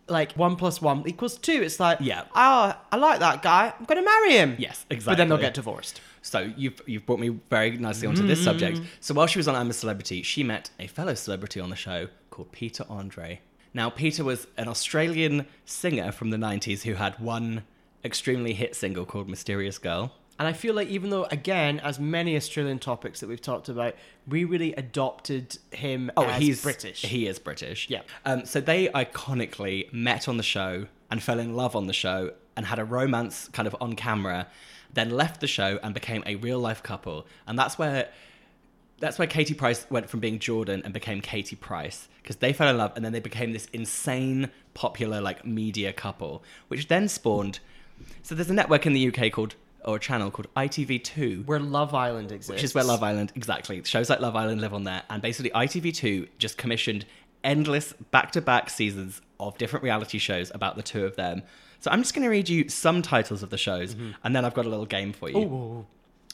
like one plus one equals two. It's like
Yeah.
oh, I like that guy. I'm gonna marry him.
Yes,
But then they'll
exactly.
get divorced.
So you've you've brought me very nicely onto this subject. So while she was on I'm a Celebrity, she met a fellow celebrity on the show called Peter Andre. Now Peter was an Australian singer from the 90s who had one extremely hit single called Mysterious Girl.
And I feel like even though again, as many Australian topics that we've talked about, we really adopted him. as British.
Oh, He is British.
Yeah.
Um, so they iconically met on the show and fell in love on the show and had a romance kind of on camera, then left the show and became a real life couple. And that's where that's where Katie Price went from being Jordan and became Katie Price because they fell in love and then they became this insane popular like media couple, which then spawned. So there's a network in the UK called or a channel called ITV2
where Love Island exists,
which is where Love Island exactly shows like Love Island live on there. And basically, ITV2 just commissioned endless back-to-back seasons of different reality shows about the two of them. So I'm just going to read you some titles of the shows, and then I've got a little game for you.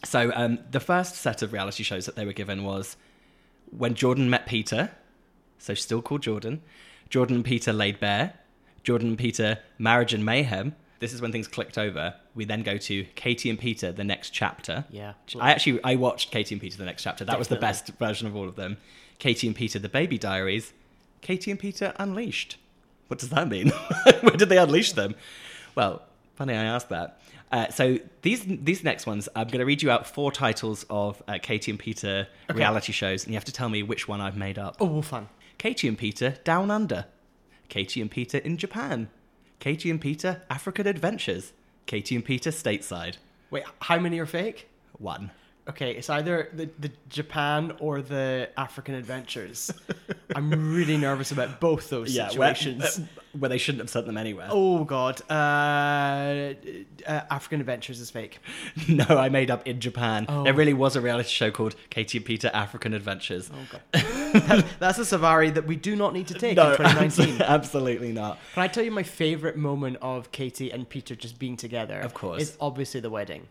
So um, the first set of reality shows that they were given was when Jordan met Peter, so still called Jordan. Jordan and Peter laid bare. Jordan and Peter marriage and mayhem. This is when things clicked over. We then go to Katie and Peter, the next chapter.
Yeah.
Which I actually I watched Katie and Peter, the next chapter. That was the best version of all of them. Katie and Peter, the baby diaries. Katie and Peter unleashed. What does that mean? Where did they unleash them? Well, funny I asked that. Uh, so these these next ones, I'm going to read you out four titles of uh, Katie and Peter reality shows, and you have to tell me which one I've made up.
Oh, fun.
Katie and Peter Down Under, Katie and Peter in Japan, Katie and Peter African Adventures, Katie and Peter Stateside.
Wait, how many are fake?
One.
Okay, it's either the, the Japan or the African Adventures. I'm really nervous about both those situations.
Where, where they shouldn't have sent them anywhere.
oh god, uh, uh, African Adventures is fake.
No, I made up in Japan.
Oh.
There really was a reality show called Katie and Peter African Adventures.
Oh, That's a Savari that we do not need to take
no,
in 2019.
abso- absolutely not.
Can I tell you my favorite moment of Katie and Peter just being together? Of
course.
Is obviously the wedding.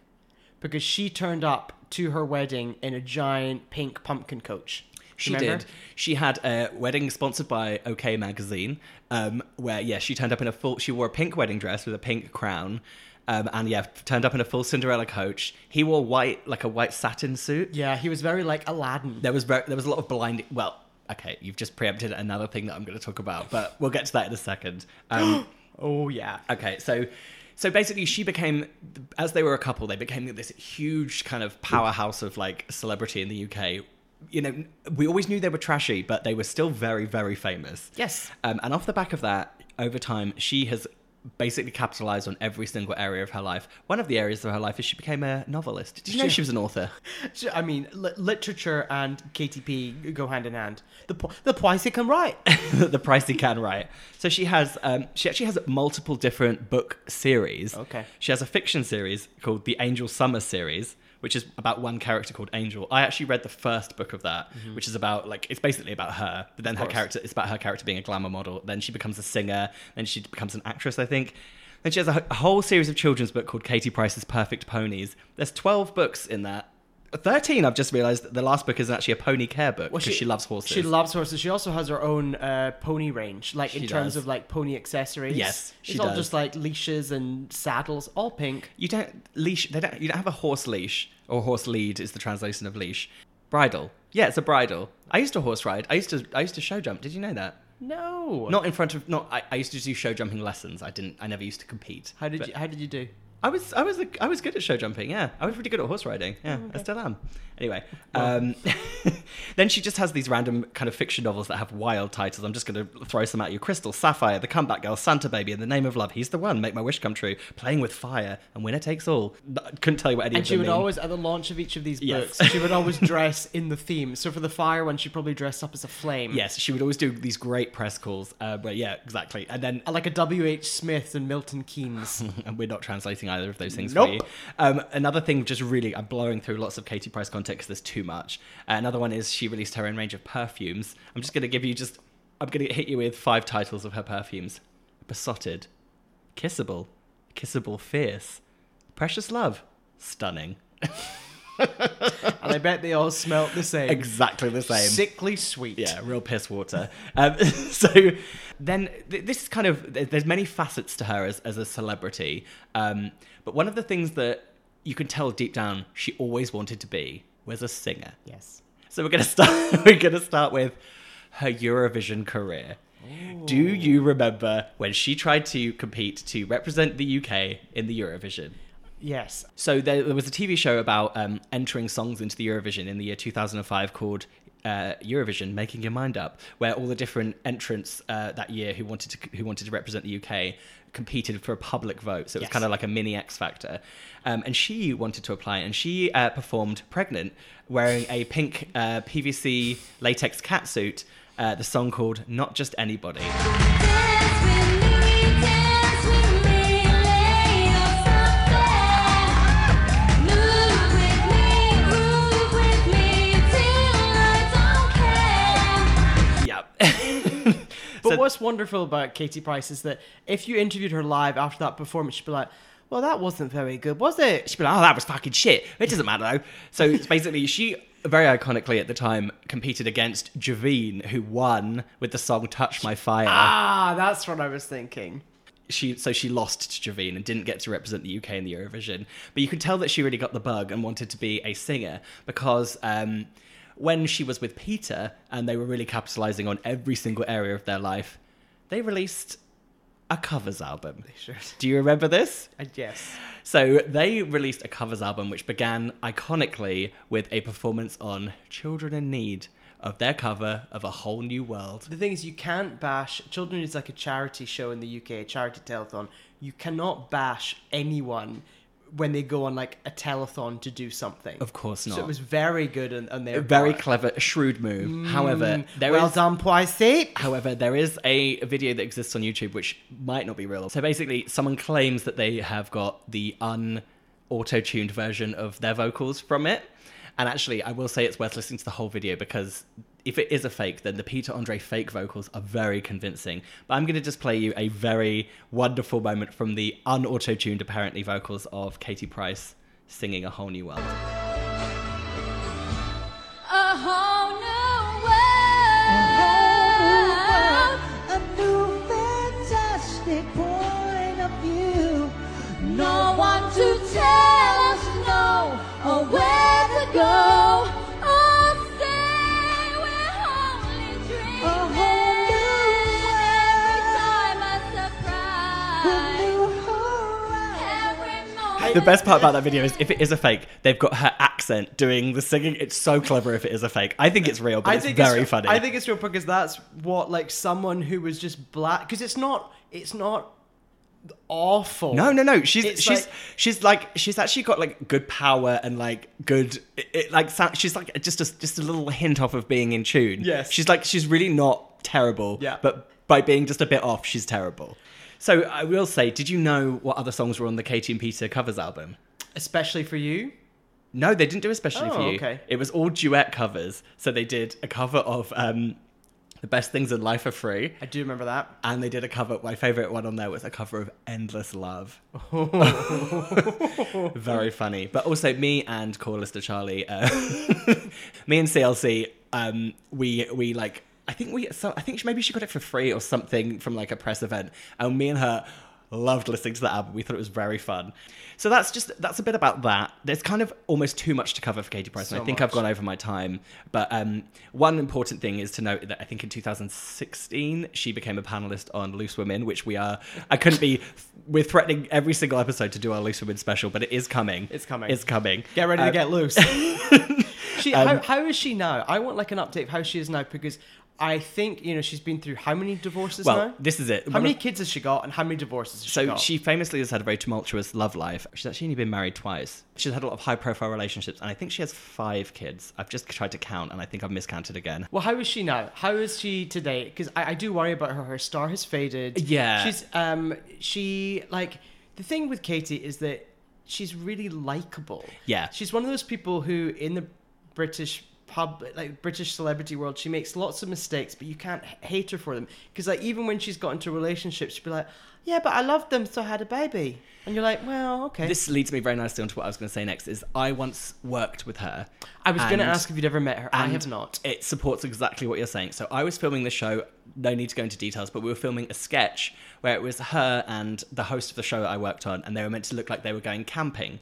Because she turned up to her wedding in a giant pink pumpkin coach.
She
Remember?
did. She had a wedding sponsored by OK Magazine, um, where yeah, she turned up in a full. She wore a pink wedding dress with a pink crown, um, and yeah, turned up in a full Cinderella coach. He wore white, like a white satin suit.
Yeah, he was very like Aladdin.
There was ver- there was a lot of blind. Well, okay, you've just preempted another thing that I'm going to talk about, but we'll get to that in a second. Um,
Oh yeah.
Okay, so so basically, she became as they were a couple, they became this huge kind of powerhouse of like celebrity in the UK. You know, we always knew they were trashy, but they were still very, very famous.
Yes.
Um, and off the back of that, over time, she has basically capitalized on every single area of her life. One of the areas of her life is she became a novelist. Did you know she was an author?
J- I mean, li- literature and KTP go hand in hand. The po- the Poissy can write.
the price he can write. So she has, um, she actually has multiple different book series.
Okay.
She has a fiction series called the Angel Summer series, which is about one character called Angel. I actually read the first book of that,
Mm-hmm.
which is about like it's basically about her, but then her character it's about her character being a glamour model. Then she becomes a singer. Then she becomes an actress, I think. Then she has a, wh- a whole series of children's book called Katie Price's Perfect Ponies. There's 12 books in that. 13, I've just realized that the last book is actually a pony care book because she, loves horses.
She loves horses. She also has her own uh, pony range, like in
She
terms
does.
of like pony accessories.
Yes, she
it's all
does.
just like leashes and saddles, all pink.
you don't leash they don't you don't have a horse leash or horse lead is the translation of leash bridle yeah it's a bridle i used to horse ride i used to i used to show jump did you know that
No,
not in front of not i, I used to do show jumping lessons i didn't i never used to compete
How did
But
you? How did you do?
i was i was like, i was good at show jumping yeah i was pretty good at horse riding yeah
Oh,
i still am anyway um then she just has these random kind of fiction novels that have wild titles i'm just going to throw some at you crystal sapphire the comeback girl santa baby in the name of love he's the one make my wish come true playing with fire and winner takes all couldn't tell you what any
And
of
she
them
would
mean.
always, at the launch of each of these
Yes.
books, she would always dress in the theme. So for the fire one, she'd probably dress up as a flame.
Yes, she would always do these great press calls. Uh, but yeah, exactly. And then
Like a W.H. Smith and Milton Keynes.
and we're not translating either of those things for
Nope.
you. Um, another thing, just really, I'm blowing through lots of Katie Price content because there's too much. Uh, another one is she released her own range of perfumes. I'm just going to give you just, I'm going to hit you with five titles of her perfumes Besotted, Kissable, Kissable Fierce, Precious Love, Stunning.
And I bet they all smelt the same.
Exactly the same.
Sickly sweet.
Yeah, real piss water. Um, so then th- this is kind of th- there's many facets to her as, as a celebrity, um, but one of the things that you can tell deep down she always wanted to be was a singer. Yes. So we're gonna start. we're gonna start with her Eurovision career. Do you remember when she tried to compete to represent the UK in the Eurovision?
Yes.
So there, there was a TV show about um, entering songs into the Eurovision in the year 2005 called uh, Eurovision: Making Your Mind Up, where all the different entrants uh, that year who wanted to who wanted to represent the UK competed for a public vote. So it was
Yes.
kind of like a mini X Factor, um, and she wanted to apply, and she uh, performed pregnant, wearing a pink uh, PVC latex catsuit. Uh, the song called "Not Just Anybody." Yeah.
But what's wonderful about Katie Price is that if you interviewed her live after that performance, she'd be like, well, that wasn't very good, was it?
She'd be like, oh, that was fucking shit. It doesn't matter though. So it's basically, she very iconically at the time competed against Javine, who won with the song "Touch My Fire."
Ah, that's what I was thinking.
She so she lost to Javine and didn't get to represent the UK in the Eurovision. But you could tell that she really got the bug and wanted to be a singer because. Um, when she was with Peter and they were really capitalizing on every single area of their life, they released a covers album. Do you remember this?
And yes.
So they released a covers album which began iconically with a performance on Children in Need of their cover of A Whole New World.
The thing is, you can't bash. Children is like a charity show in the UK, a charity telethon. You cannot bash anyone when they go on like a telethon to do something.
Of course not.
So it was very good and, and they're
Very clever, shrewd move. However, there
well
is-
done, Poissy.
However, there is a video that exists on YouTube which might not be real. So basically, someone claims that they have got the un auto tuned version of their vocals from it. And actually, I will say it's worth listening to the whole video because if it is a fake, then the Peter Andre fake vocals are very convincing. But I'm going to just play you a very wonderful moment from the un auto tuned, apparently, vocals of Katie Price singing A Whole New World. The best part about that video is if it is a fake, they've got her accent doing the singing. It's so clever if it is a fake. I think it's real, but it's very
it's,
funny.
I think it's real because that's what like someone who was just black because it's not it's not awful.
no, no, no. She's
It's
she's
like-
she's like she's actually got like good power and like good it, it, like sound, she's like just a, just a little hint off of being in tune.
Yes.
she's like she's really not terrible.
Yeah.
but by being just a bit off, she's terrible. So I will say, did you know what other songs were on the Katie and Peter covers album?
especially for you.
No, they didn't do especially for
Oh,
you.
okay.
It was all duet covers. So they did a cover of um, "The Best Things in Life Are Free,"
I do remember that.
and they did a cover. My favorite one on there was a cover of "Endless Love." Very funny, but also me and Core Lister Charlie, uh, me and CLC, um, we we like. I think we. So, I think she- maybe she got it for free or something from like a press event, and me and her loved listening to that album. We thought it was very fun. So that's just that's a bit about that. There's kind of almost too much to cover for Katie Price, and I think I've
much.
gone over my time. But um, one important thing is to note that I think in 2016 she became a panelist on Loose Women, which we are. I couldn't be. We're threatening every single episode to do our Loose Women special, but it is coming.
It's coming.
It's coming.
Get ready
Um,
to get loose. she, how, how is she now? I want like an update of how she is now because I think you know she's been through how many divorces
Well,
now?
this is it.
How
One
many
of-
kids has she got and how many divorces? Has she
So
got?
she famously has had a very tumultuous love life. She's actually only been married twice. She's had a lot of high profile relationships, and I think she has five kids. I've just tried to count, and I think I've miscounted again.
Well, how is she now? How is she today? Because I, I do worry about her. Her star has faded.
Yeah.
She's um she like the thing with Katie is that she's really likable.
Yeah.
She's one of those people who, in the British pub, like British celebrity world, she makes lots of mistakes, but you can't h- hate her for them. Because, like, even when she's got into relationships, she'd be like, yeah, but I loved them, so I had a baby. And you're like, well, okay.
This leads me very nicely onto what I was going to say next. Is I once worked with her.
I was going to
and-
ask if you'd ever met her. I
and
have not.
It supports exactly what you're saying. So I was filming the show. No need to go into details, but we were filming a sketch where it was her and the host of the show that I worked on, and they were meant to look like they were going camping.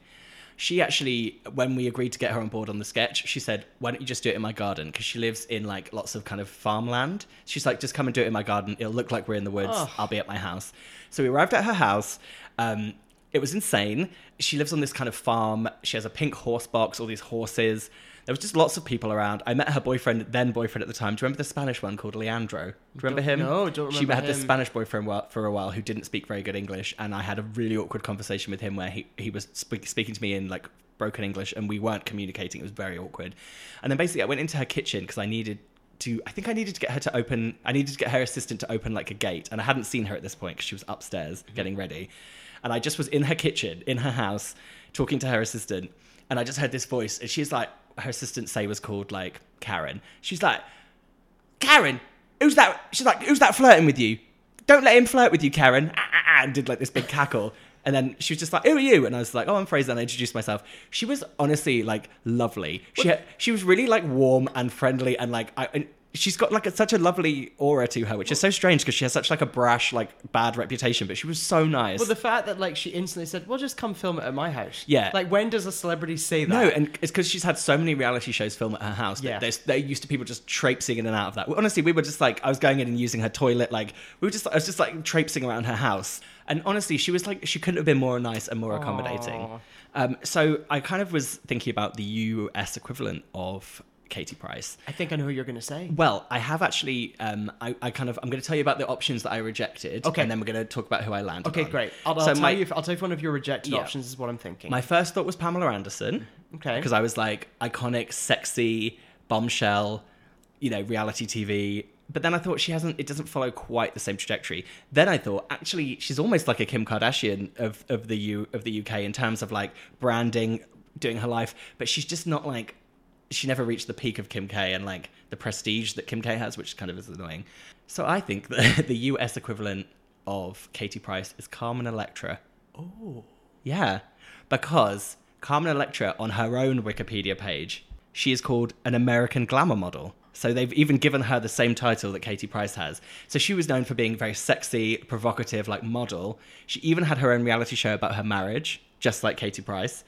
She actually, when we agreed to get her on board on the sketch, she said, "Why don't you just do it in my garden?" Because she lives in like lots of kind of farmland. She's like, "Just come and do it in my garden. It'll look like we're in the woods. I'll be at my house." So we arrived at her house. Um, it was insane. She lives on this kind of farm. She has a pink horse box, all these horses. There was just lots of people around. I met her boyfriend, then boyfriend at the time. Do you remember the Spanish one called Leandro? Do you remember him?
no, don't
She
remember
had this
him.
Spanish boyfriend wa- for a while who didn't speak very good English, and I had a really awkward conversation with him where he, he was speak, speaking to me in like broken English, and we weren't communicating. It was very awkward. And then basically, I went into her kitchen because I needed to. I think I needed to get her to open. I needed to get her assistant to open like a gate, and I hadn't seen her at this point because she was upstairs getting ready, and I just was in her kitchen in her house talking to her assistant, and I just heard this voice, and she's like, her assistant say was called like Karen. She's like. Karen, who's that? She's like, who's that flirting with you? Don't let him flirt with you, Karen. Ah, ah, ah, and did like this big cackle. And then she was just like, who are you? And I was like, oh, I'm Fraser. And I introduced myself. She was honestly like lovely. She had, she was really like warm and friendly and like I. And, She's got like a, such a lovely aura to her, which is so strange because she has such like a brash, like bad reputation. But she was so nice.
Well, the fact that like she instantly said, "Well, just come film it at my house."
Yeah.
Like, when does a celebrity say that?
No, and it's because she's had so many reality shows film at her house.
Yeah.
That there's they're used to people just traipsing in and out of that. Honestly, we were just like, I was going in and using her toilet. Like, we were just, I was just like traipsing around her house. And honestly, she was like, she couldn't have been more nice and more accommodating. Um, so I kind of was thinking about the US equivalent of Katie Price.
I think I know who you're gonna say.
Well, I have actually, um, I, I kind of, I'm going to tell you about the options that I rejected.
Okay.
And then we're going to talk about who I landed
Okay,
on.
great. I'll, I'll
So
tell
my-
you. If, I'll tell you if one of your rejected
Yeah.
options is what I'm thinking.
My first thought was Pamela Anderson.
Okay.
Because I was like iconic, sexy, bombshell, you know, reality TV. But then I thought she hasn't. It doesn't follow quite the same trajectory. Then I thought actually she's almost like a Kim Kardashian of of the U of the UK in terms of like branding, doing her life. But she's just not like. She never reached the peak of Kim K and like the prestige that Kim K has, which kind of is annoying. So I think that the US equivalent of Katie Price is Carmen Electra. Yeah, because Carmen Electra on her own Wikipedia page, she is called an American glamour model. So they've even given her the same title that Katie Price has. So she was known for being very sexy, provocative, like model. She even had her own reality show about her marriage, just like Katie Price.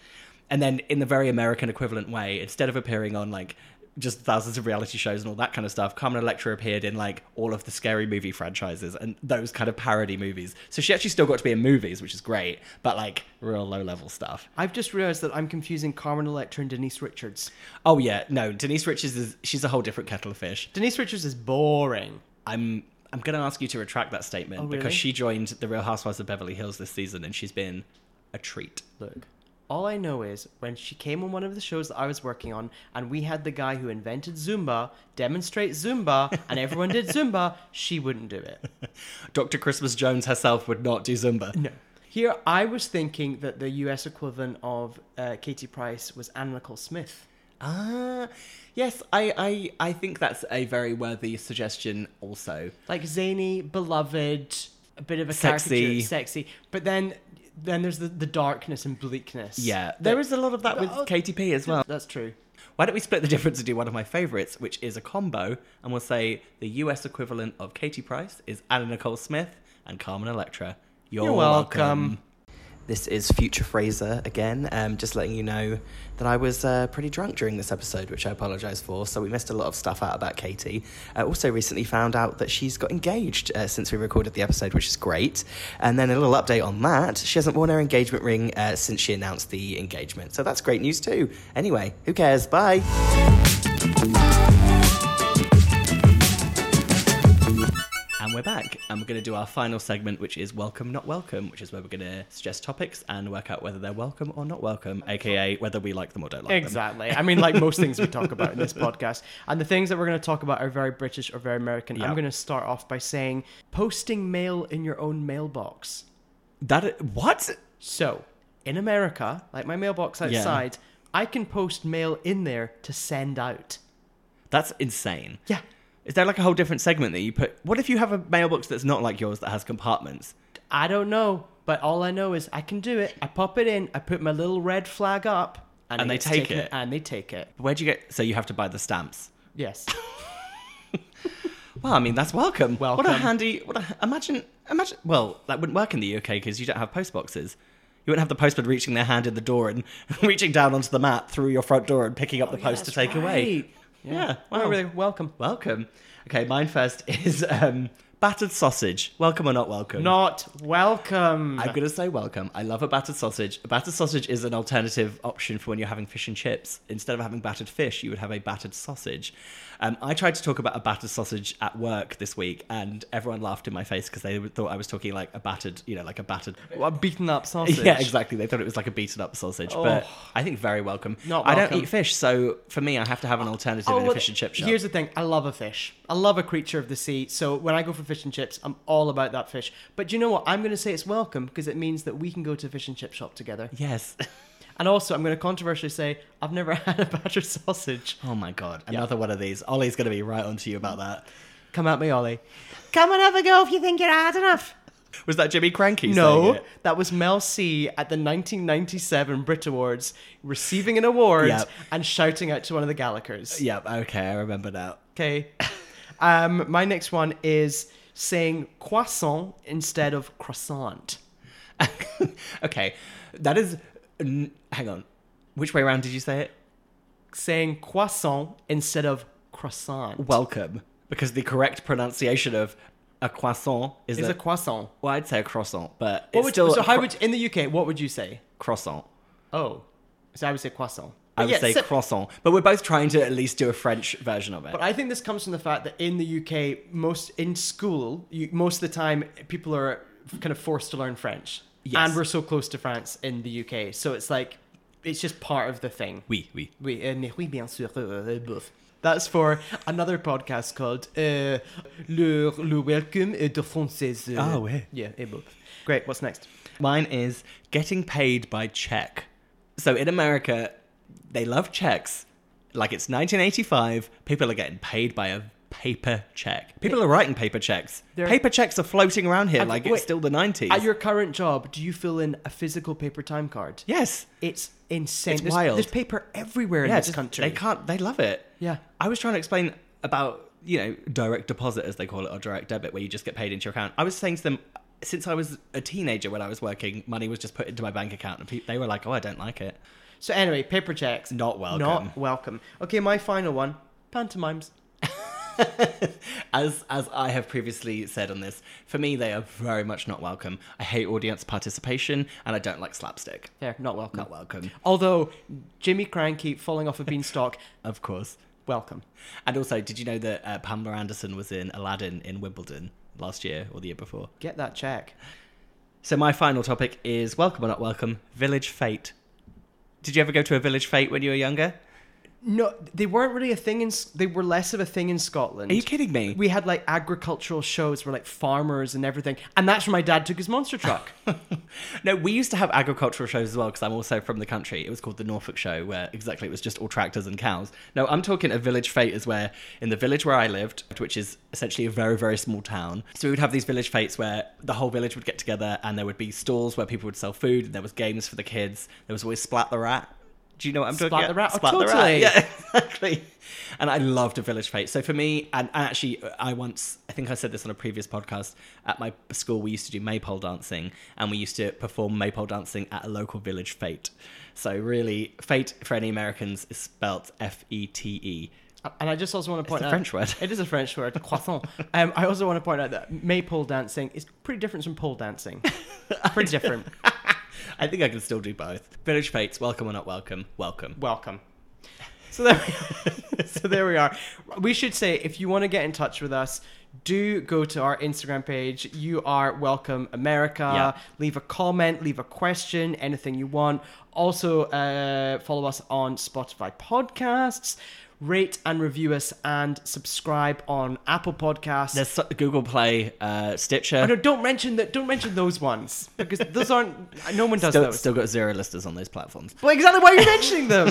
And then in the very American equivalent way, instead of appearing on like just thousands of reality shows and all that kind of stuff, Carmen Electra appeared in like all of the scary movie franchises and those kind of parody movies. So she actually still got to be in movies, which is great, but like real low level stuff.
I've just realized that I'm confusing Carmen Electra and Denise Richards.
Oh yeah, no, Denise Richards is she's a whole different kettle of fish.
Denise Richards is boring.
I'm I'm going to ask you to retract that statement
Oh, really?
because she joined the Real Housewives of Beverly Hills this season and she's been a treat.
Look, all I know is when she came on one of the shows that I was working on, and we had the guy who invented Zumba demonstrate Zumba, and everyone did Zumba. She wouldn't do it.
Dr. Christmas Jones herself would not do Zumba. No.
Here, I was thinking that the U.S. equivalent of uh, Katie Price was Anna Nicole Smith.
Ah, yes, I, I, I think that's a very worthy suggestion. Also,
like zany, beloved, a bit of a
Sexy.
caricature, sexy. But then, then there's the, the darkness and bleakness.
yeah, there is a lot of that with
Oh,
KTP as well.
That's true.
Why don't we split the difference and do one of my favourites, which is a combo, and we'll say the US equivalent of Katie Price is Anna Nicole Smith and Carmen Electra. You're,
You're welcome.
This is Future Fraser again. Um, just letting you know that I was uh, pretty drunk during this episode, which I apologise for. So we missed a lot of stuff out about Katie. I also recently found out that she's got engaged uh, since we recorded the episode, which is great. And then a little update on that: she hasn't worn her engagement ring uh, since she announced the engagement. So that's great news too. Anyway, who cares? Bye. And we're back, and we're going to do our final segment, which is Welcome Not Welcome, which is where we're going to suggest topics and work out whether they're welcome or not welcome, aka whether we like them or don't like them.
Exactly. I mean, like most things we talk about in this podcast, and the things that we're going to talk about are very British or very American.
Yeah.
I'm going to start off by saying posting mail in your own mailbox.
That what?
So, in America, like my mailbox
Yeah.
outside, I can post mail in there to send out.
That's insane.
Yeah.
Is there like a whole different segment that you put? What if you have a mailbox that's not like yours that has compartments?
I don't know, but all I know is I can do it. I pop it in, I put my little red flag up,
And they
it's
take
taken-
it.
And they take it.
Where do you get? So you have to buy the stamps.
Yes.
Well, I mean that's welcome.
Welcome.
What a handy. What a imagine. Imagine. Well, that wouldn't work in the UK because you don't have post boxes. You wouldn't have the postman reaching their hand in the door and reaching down onto the mat through your front door and picking up the post to
Oh, that's
take away.
right.
Yeah.
Well,
wow.
really, welcome.
Welcome. Okay, mine first is um, battered sausage. Welcome or not welcome?
Not welcome.
I'm going to say welcome. I love a battered sausage. A battered sausage is an alternative option for when you're having fish and chips. Instead of having battered fish, you would have a battered sausage. Um, I tried to talk about a battered sausage at work this week, and everyone laughed in my face because they thought I was talking like a battered, you know, like a battered.
What, beaten up sausage. Oh.
Yeah, exactly. They thought it was like a beaten up sausage, but I think very welcome.
Not
I don't
welcome. Oh,
eat fish, so for me, I have to have an alternative in
well,
a fish and chip shop.
Here's the thing: I love a fish. I love a creature of the sea. So when I go for fish and chips, I'm all about that fish. But do you know what? I'm going to say it's welcome because it means that we can go to a fish and chip shop together.
yes.
And also, I'm going to controversially say I've never had a battered sausage.
Oh my god, another one of these. Ollie's going to be right onto you about that.
Come at me, Ollie. Come and have a go if you think you're hard enough.
Was that Jimmy Cranky? saying
No,
it?
that was Mel C at the 1997 Brit Awards receiving an award
Yep. Uh,
and shouting out to one of the Gallagher's.
Yeah, okay, I remember now.
Okay. Um, my next one is saying croissant instead of croissant.
okay, that is. n- Hang on. Which way around did you say it?
Saying croissant instead of croissant.
Welcome. Because the correct pronunciation of a croissant is,
is
a,
a croissant.
Well, I'd say a croissant, but
What
it's
would,
still
so
a
how
cro-
would in the UK? What would you say?
croissant.
Oh, so I would say croissant.
I would
Yeah,
say
so-
croissant, but we're both trying to at least do a French version of it.
But I think this comes from the fact that in the UK, most in school, you, most of the time, people are kind of forced to learn French,
Yes.
and we're so close to France in the UK, so it's like it's just part of the thing.
oui, oui.
Oui, euh, mais oui, bien sûr. euh, euh, bof. That's for another podcast called uh, le, le Welcome euh, de Française. euh.
Ah, ouais.
Yeah, eh, bof. Great, what's next?
Mine is getting paid by check. So in America, they love checks. Like it's 1985, people are getting paid by a paper check. People are writing paper checks.
They're-
paper checks are floating around here
And
like
wait,
it's still the 90s.
At your current job, do you fill in a physical paper time card?
yes.
It's insane.
It's
there's,
wild.
There's paper everywhere in
Yeah,
this
just-
country.
They can't they love it.
Yeah.
I was trying to explain about, you know, direct deposit as they call it or direct debit where you just get paid into your account. I was saying to them since I was a teenager when I was working, money was just put into my bank account and pe- they were like, "Oh, I don't like it."
So anyway, paper checks.
Not welcome.
Not welcome. Okay, my final one. Pantomimes.
as as I have previously said on this, for me they are very much not welcome. I hate audience participation and I don't like slapstick.
There, not welcome.
Not welcome.
Although Jimmy Cranky falling off a beanstalk,
Of course.
welcome.
And also, did you know that uh, Pamela Anderson was in Aladdin in Wimbledon last year or the year before?
Get that check.
So my final topic is welcome or not welcome, village fete. Did you ever go to a village fete when you were younger?
No, they weren't really a thing in. S- They were less of a thing in Scotland.
Are you kidding me?
We had like agricultural shows where like farmers and everything, and that's where my dad took his monster truck.
No, we used to have agricultural shows as well because I'm also from the country. It was called the Norfolk Show, where exactly it was just all tractors and cows. No, I'm talking a village fete is where in the village where I lived, which is essentially a very very small town. So we would have these village fates where the whole village would get together, and there would be stalls where people would sell food. And there was games for the kids. There was always splat the rat. Do you know what I'm
Splat
talking
the
about?
Rat? Oh,
Splat the rat.
totally.
Yeah, exactly. And I loved a village fete. So for me, and and actually, I once, I think I said this on a previous podcast, at my school, we used to do maypole dancing and we used to perform maypole dancing at a local village fete. So really, fete for any Americans is spelt F E T E.
And I just also want to point
a
out
French word.
It is a French word, croissant. Um, I also want to point out that maypole dancing is pretty different from pole dancing. pretty different.
I think I can still do both. Village fates, welcome or not welcome, welcome.
welcome. So there, we so there we are. We should say if you want to get in touch with us, do go to our Instagram page. You are welcome, America.
Yeah.
Leave a comment, leave a question, anything you want. Also, uh, follow us on Spotify podcasts. rate and review us and subscribe on Apple Podcasts.
There's so- Google Play, uh, Stitcher.
Oh, no, don't mention that. Don't mention those ones because those aren't. No one does
Still,
those.
still got zero listers on those platforms.
Well, exactly why are you mentioning them?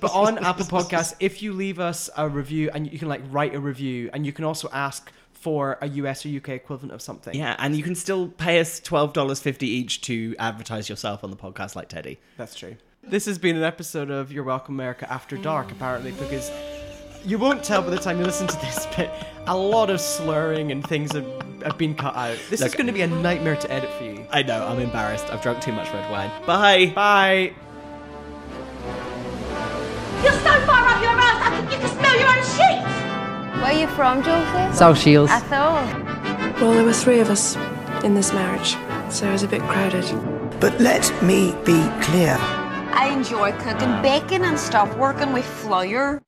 but on Apple Podcasts, if you leave us a review and you can like write a review, and you can also ask for a US or UK equivalent of something.
Yeah, and you can still pay us twelve dollars fifty each to advertise yourself on the podcast, like Teddy.
that's true. This has been an episode of Your Welcome America After Dark, apparently, because you won't tell by the time you listen to this, but a lot of slurring and things have, have been cut out. This is
Look-
going to be a nightmare to edit for you.
I know, I'm embarrassed. I've drunk too much red wine. Bye.
Bye.
You're so far up your ass, I think you can smell your own sheets.
Where are you from, Joseph?
South Shields.
I thought.
Well, there were three of us in this marriage, so it was a bit crowded.
But let me be clear.
I enjoy cooking, baking, and stuff, working with flour.